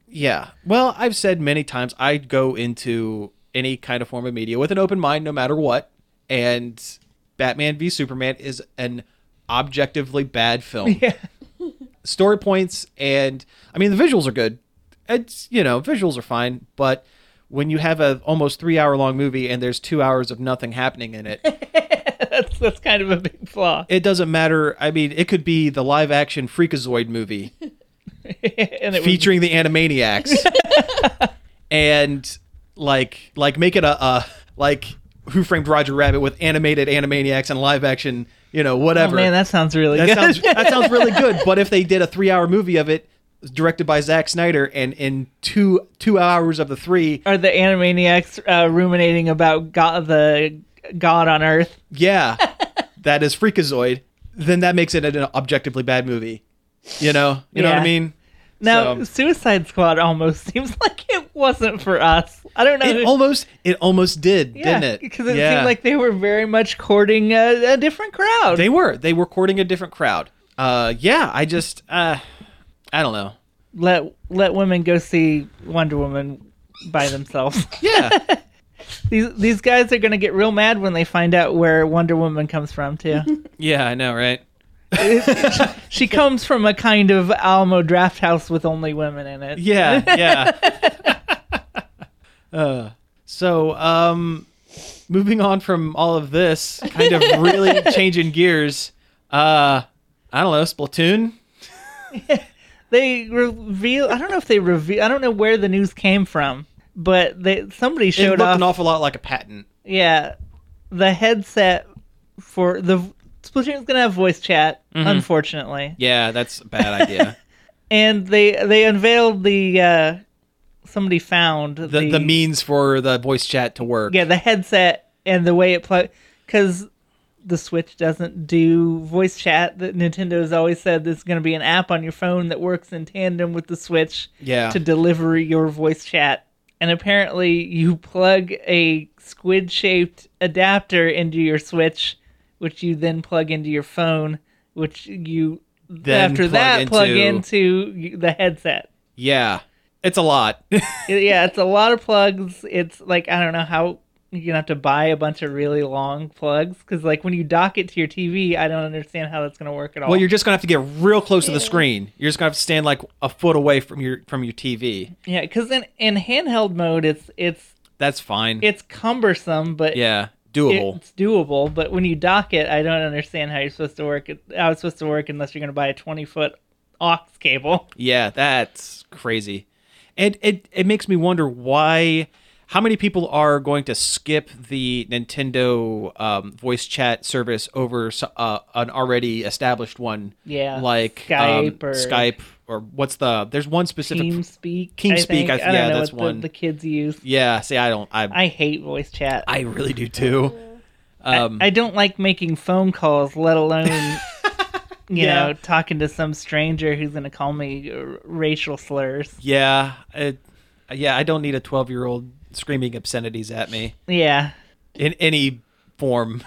C: Yeah. Well, I've said many times I go into any kind of form of media with an open mind no matter what. And Batman v Superman is an objectively bad film.
B: Yeah.
C: Story points and I mean the visuals are good. It's you know, visuals are fine, but when you have a almost three hour long movie and there's two hours of nothing happening in it,
B: That's that's kind of a big flaw.
C: it doesn't matter. I mean, it could be the live action Freakazoid movie
B: and it was,
C: featuring the Animaniacs, and like like make it a, a like Who Framed Roger Rabbit with animated Animaniacs and live action, you know,
B: oh
C: whatever.
B: man, that sounds really
C: That
B: good.
C: sounds that sounds really good. But if they did a three hour movie of it, directed by Zack Snyder, and in two two hours of the three,
B: Are the Animaniacs uh, ruminating about God, the God on Earth?
C: yeah, that is Freakazoid, then that makes it an objectively bad movie. You know, you know what
B: Yeah.
C: I mean.
B: Now,
C: So- um,
B: Suicide Squad almost seems like it wasn't for us. I don't know.
C: It almost it almost did,
B: yeah,
C: didn't it?
B: Because it
C: Yeah.
B: seemed like they were very much courting a, a different crowd.
C: they were they were courting a different crowd. Uh, yeah, I just uh, I don't know.
B: let let women go see Wonder Woman by themselves.
C: Yeah,
B: these these guys are gonna get real mad when they find out where Wonder Woman comes from too.
C: yeah, I know, right?
B: she comes from a kind of Alamo draft house with only women in it.
C: Yeah, yeah. uh, so um, moving on from all of this, kind of really changing gears. Uh, I don't know, Splatoon.
B: They reveal I don't know if they reveal I don't know where the news came from, but they somebody
C: It
B: showed
C: looked
B: off
C: an awful lot like a patent.
B: Yeah, the headset for the Splatoon's gonna have voice chat,
C: Mm-hmm.
B: unfortunately,
C: Yeah, that's a bad idea.
B: and they they unveiled the uh, somebody found
C: the, the means for the voice chat to work.
B: yeah the headset and the way it plug because the Switch doesn't do voice chat. That Nintendo's always said there's gonna be an app on your phone that works in tandem with the Switch
C: Yeah.
B: to deliver your voice chat. And apparently, you plug a squid shaped adapter into your Switch, which you then plug into your phone, which you
C: Then
B: after
C: plug
B: that plug
C: into-
B: into the headset.
C: yeah. It's a lot.
B: yeah, it's a lot of plugs. It's like, I don't know how you're going to have to buy a bunch of really long plugs because, like, when you dock it to your TV, I don't understand how that's going to work at all.
C: Well, you're just gonna have to get real close to the screen. You're just gonna have to stand like a foot away from your from your TV.
B: yeah, because in, in handheld mode, it's it's
C: That's fine.
B: it's cumbersome, but
C: yeah, doable.
B: it's doable, but when you dock it, I don't understand how you're supposed to work. It, how it's supposed to work unless you're going to buy a 20 foot aux cable.
C: yeah, that's crazy. And it it makes me wonder why. How many people are going to skip the Nintendo um, voice chat service over so- uh, an already established one?
B: Yeah,
C: like
B: Skype
C: um,
B: or-
C: Skype or what's the? There's one specific.
B: TeamSpeak. I
C: TeamSpeak,
B: think.
C: I-
B: I, don't
C: yeah,
B: know
C: that's
B: what
C: one.
B: The, the kids use.
C: Yeah, see, I don't. I
B: I hate voice chat.
C: I really do too. Um,
B: I don't like making phone calls, let alone you
C: Yeah.
B: know talking to some stranger who's going to call me r- racial slurs.
C: Yeah, it, yeah. I don't need a twelve-year-old screaming obscenities at me
B: Yeah.
C: in any form.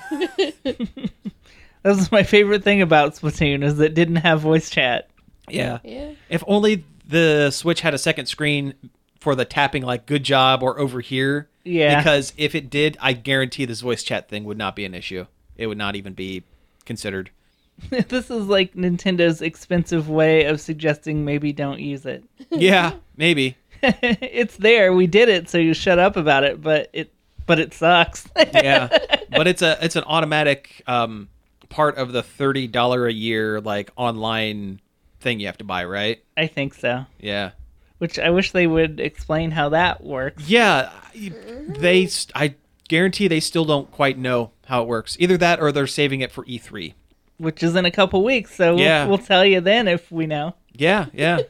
B: That was my favorite thing about Splatoon is that it didn't have voice chat.
C: Yeah.
D: Yeah.
C: If only the Switch had a second screen for the tapping, like "good job" or "over here."
B: Yeah.
C: Because if it did, I guarantee this voice chat thing would not be an issue. It would not even be considered.
B: this is like Nintendo's expensive way of suggesting maybe don't use it.
C: Yeah, maybe.
B: it's there. We did it, so you shut up about it. But it, but it sucks.
C: Yeah, but it's a it's an automatic um, part of the thirty dollar a year like online thing you have to buy, right?
B: I think so.
C: Yeah.
B: Which I wish they would explain how that works.
C: Yeah, I- they. st- I guarantee they still don't quite know how it works. Either that, or they're saving it for E E3.
B: Which is in a couple weeks, so we'll,
C: Yeah.
B: we'll tell you then if we know.
C: Yeah, yeah,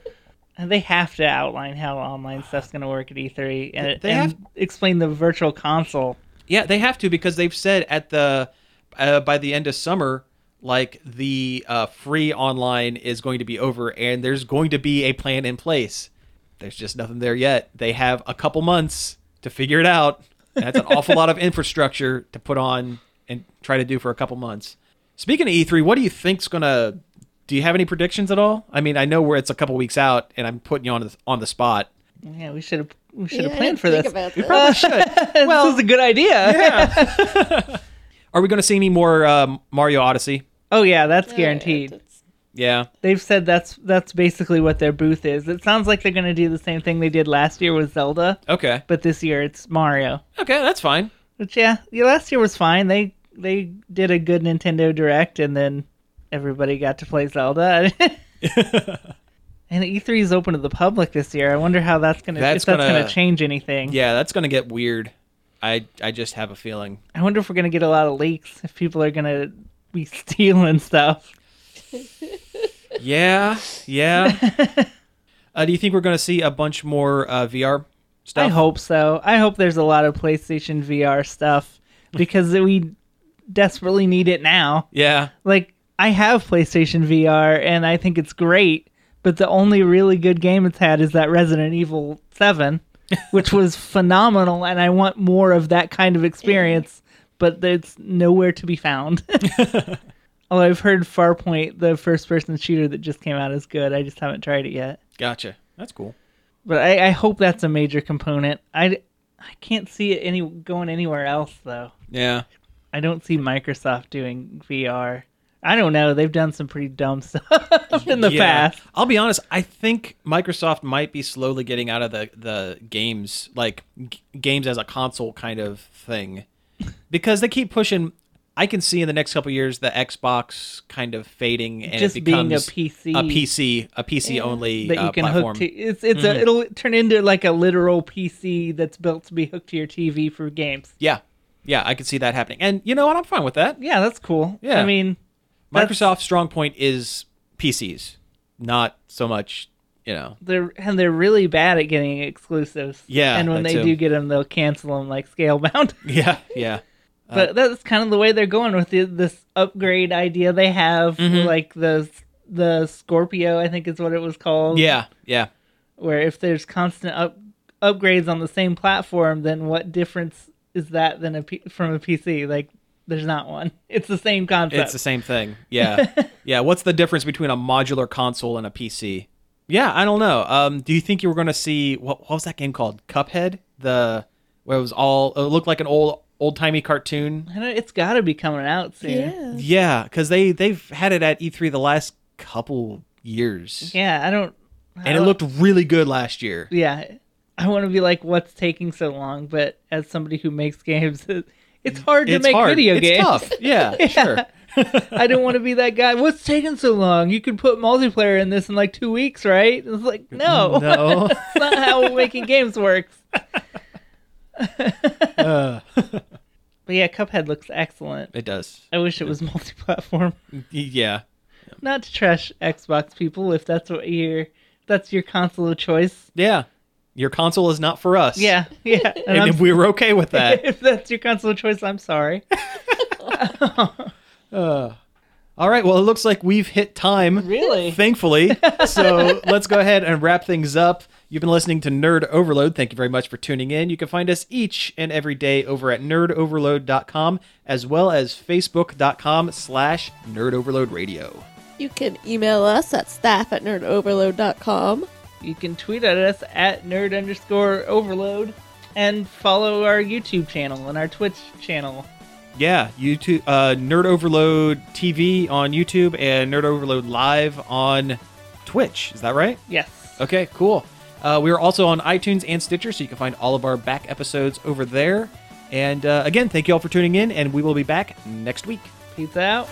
B: And They have to outline how online stuff's going to work at E3 and,
C: They
B: and
C: have-
B: explain the virtual console
C: Yeah, they have to because they've said at the uh, by the end of summer, like the uh, free online is going to be over, and there's going to be a plan in place. There's just nothing there yet. They have a couple months to figure it out. That's an awful lot of infrastructure to put on and try to do for a couple months. Speaking of E3, what do you think's gonna? Do you have any predictions at all? I mean, I know where it's a couple weeks out, and I'm putting you on the, on the spot.
B: Yeah, we should have we should have
D: Yeah, I
B: planned
D: didn't
B: for
D: think
B: this.
D: about this.
B: well, this is a good idea.
C: Are we going to see any more um, Mario Odyssey?
B: Oh yeah, that's
D: Yeah,
B: guaranteed.
D: Uh, that's-
C: Yeah.
B: They've said that's that's basically what their booth is. It sounds like they're going to do the same thing they did last year with Zelda,
C: Okay.
B: but this year it's Mario.
C: Okay, that's fine.
B: Which yeah, yeah, last year was fine. They they did a good Nintendo Direct, and then everybody got to play Zelda. and E3 is open to the public this year. I wonder how that's gonna
C: That's
B: if that's gonna,
C: gonna-
B: change anything.
C: Yeah, that's going to get weird. I I just have a feeling.
B: I wonder if we're gonna get a lot of leaks. If people are gonna be stealing stuff.
C: Yeah. Yeah. uh, do you think we're going to see a bunch more uh, VR stuff?
B: I hope so. I hope there's a lot of PlayStation VR stuff because we desperately need it now.
C: Yeah.
B: like I have PlayStation VR and I think it's great, but the only really good game it's had is that Resident Evil 7, which was phenomenal and I want more of that kind of experience, but it's nowhere to be found. Although I've heard Farpoint, the first person shooter that just came out is good. I just haven't tried it yet.
C: Gotcha. That's cool.
B: But I, I hope that's a major component. I, I can't see it any going anywhere else though.
C: Yeah.
B: I don't see Microsoft doing VR. I don't know. They've done some pretty dumb stuff in the
C: yeah.
B: past.
C: I'll be honest. I think Microsoft might be slowly getting out of the the games like g- games as a console kind of thing, because they keep pushing. I can see in the next couple years the Xbox kind of fading and
B: Just
C: it
B: being a
C: becomes
B: PC.
C: a PC, a PC only
B: That
C: uh,
B: you can
C: platform. Mm-hmm.
B: hook to. It's it's a, it'll turn into like a literal PC that's built to be hooked to your TV for games.
C: yeah, yeah, I can see that happening. And you know what? I'm fine with that.
B: Yeah, that's cool.
C: Yeah.
B: I mean, that's-
C: Microsoft's strong point is PCs, not so much you know.
B: they're and they're really bad at getting exclusives.
C: Yeah,
B: and when
C: that
B: they
C: too.
B: do get them, they'll cancel them like Scalebound.
C: Yeah, yeah.
B: but that's kind of the way they're going with the, this upgrade idea they have,
C: Mm-hmm.
B: like the the Scorpio, I think is what it was called.
C: Yeah, yeah.
B: where if there's constant up, upgrades on the same platform, then what difference is that than a P- from a PC? Like, there's not one. It's the same concept.
C: It's the same thing. Yeah. yeah. What's the difference between a modular console and a PC? Yeah, I don't know. Um, do you think you were going to see what, what was that game called? Cuphead? The where it was all it looked like an old old timey cartoon.
B: I know, it's got to be coming out soon.
D: Yeah.
C: Yeah, because they they've had it at E3 the last couple years,
B: Yeah, I don't.
C: and it looked really good last year.
B: Yeah, I want to be like, what's taking so long? But as somebody who makes games, it- it's hard to
C: it's
B: make
C: hard.
B: video
C: it's
B: games.
C: tough. Yeah, sure.
B: I don't want to be that guy. What's taking so long? You can put multiplayer in this in like two weeks, right? It's like, no,
C: No.
B: that's not how making games works. But yeah, Cuphead looks excellent.
C: It does.
B: I wish it was multi-platform.
C: Yeah.
B: Not to trash Xbox people, if that's what your that's your console of choice.
C: Yeah. Your console is not for us.
B: Yeah, yeah. And
C: And
B: I'm-
C: if we were okay with that.
B: if that's your console of choice, I'm sorry.
C: All right. Well, it looks like we've hit time.
B: Really?
C: Thankfully. So let's go ahead and wrap things up. You've been listening to Nerd Overload. Thank you very much for tuning in. You can find us each and every day over at nerdoverload.com as well as facebook.com slash nerdoverloadradio.
D: You can email us at staff at nerdoverload.com.
B: You can tweet at us at nerd underscore overload and follow our YouTube channel and our Twitch channel.
C: Yeah, YouTube, uh, Nerd Overload TV on YouTube and Nerd Overload Live on Twitch. Is that right?
B: Yes.
C: Okay, cool. Uh, we are also on iTunes and Stitcher, so you can find all of our back episodes over there. And uh, again, thank you all for tuning in, and we will be back next week.
B: Peace out.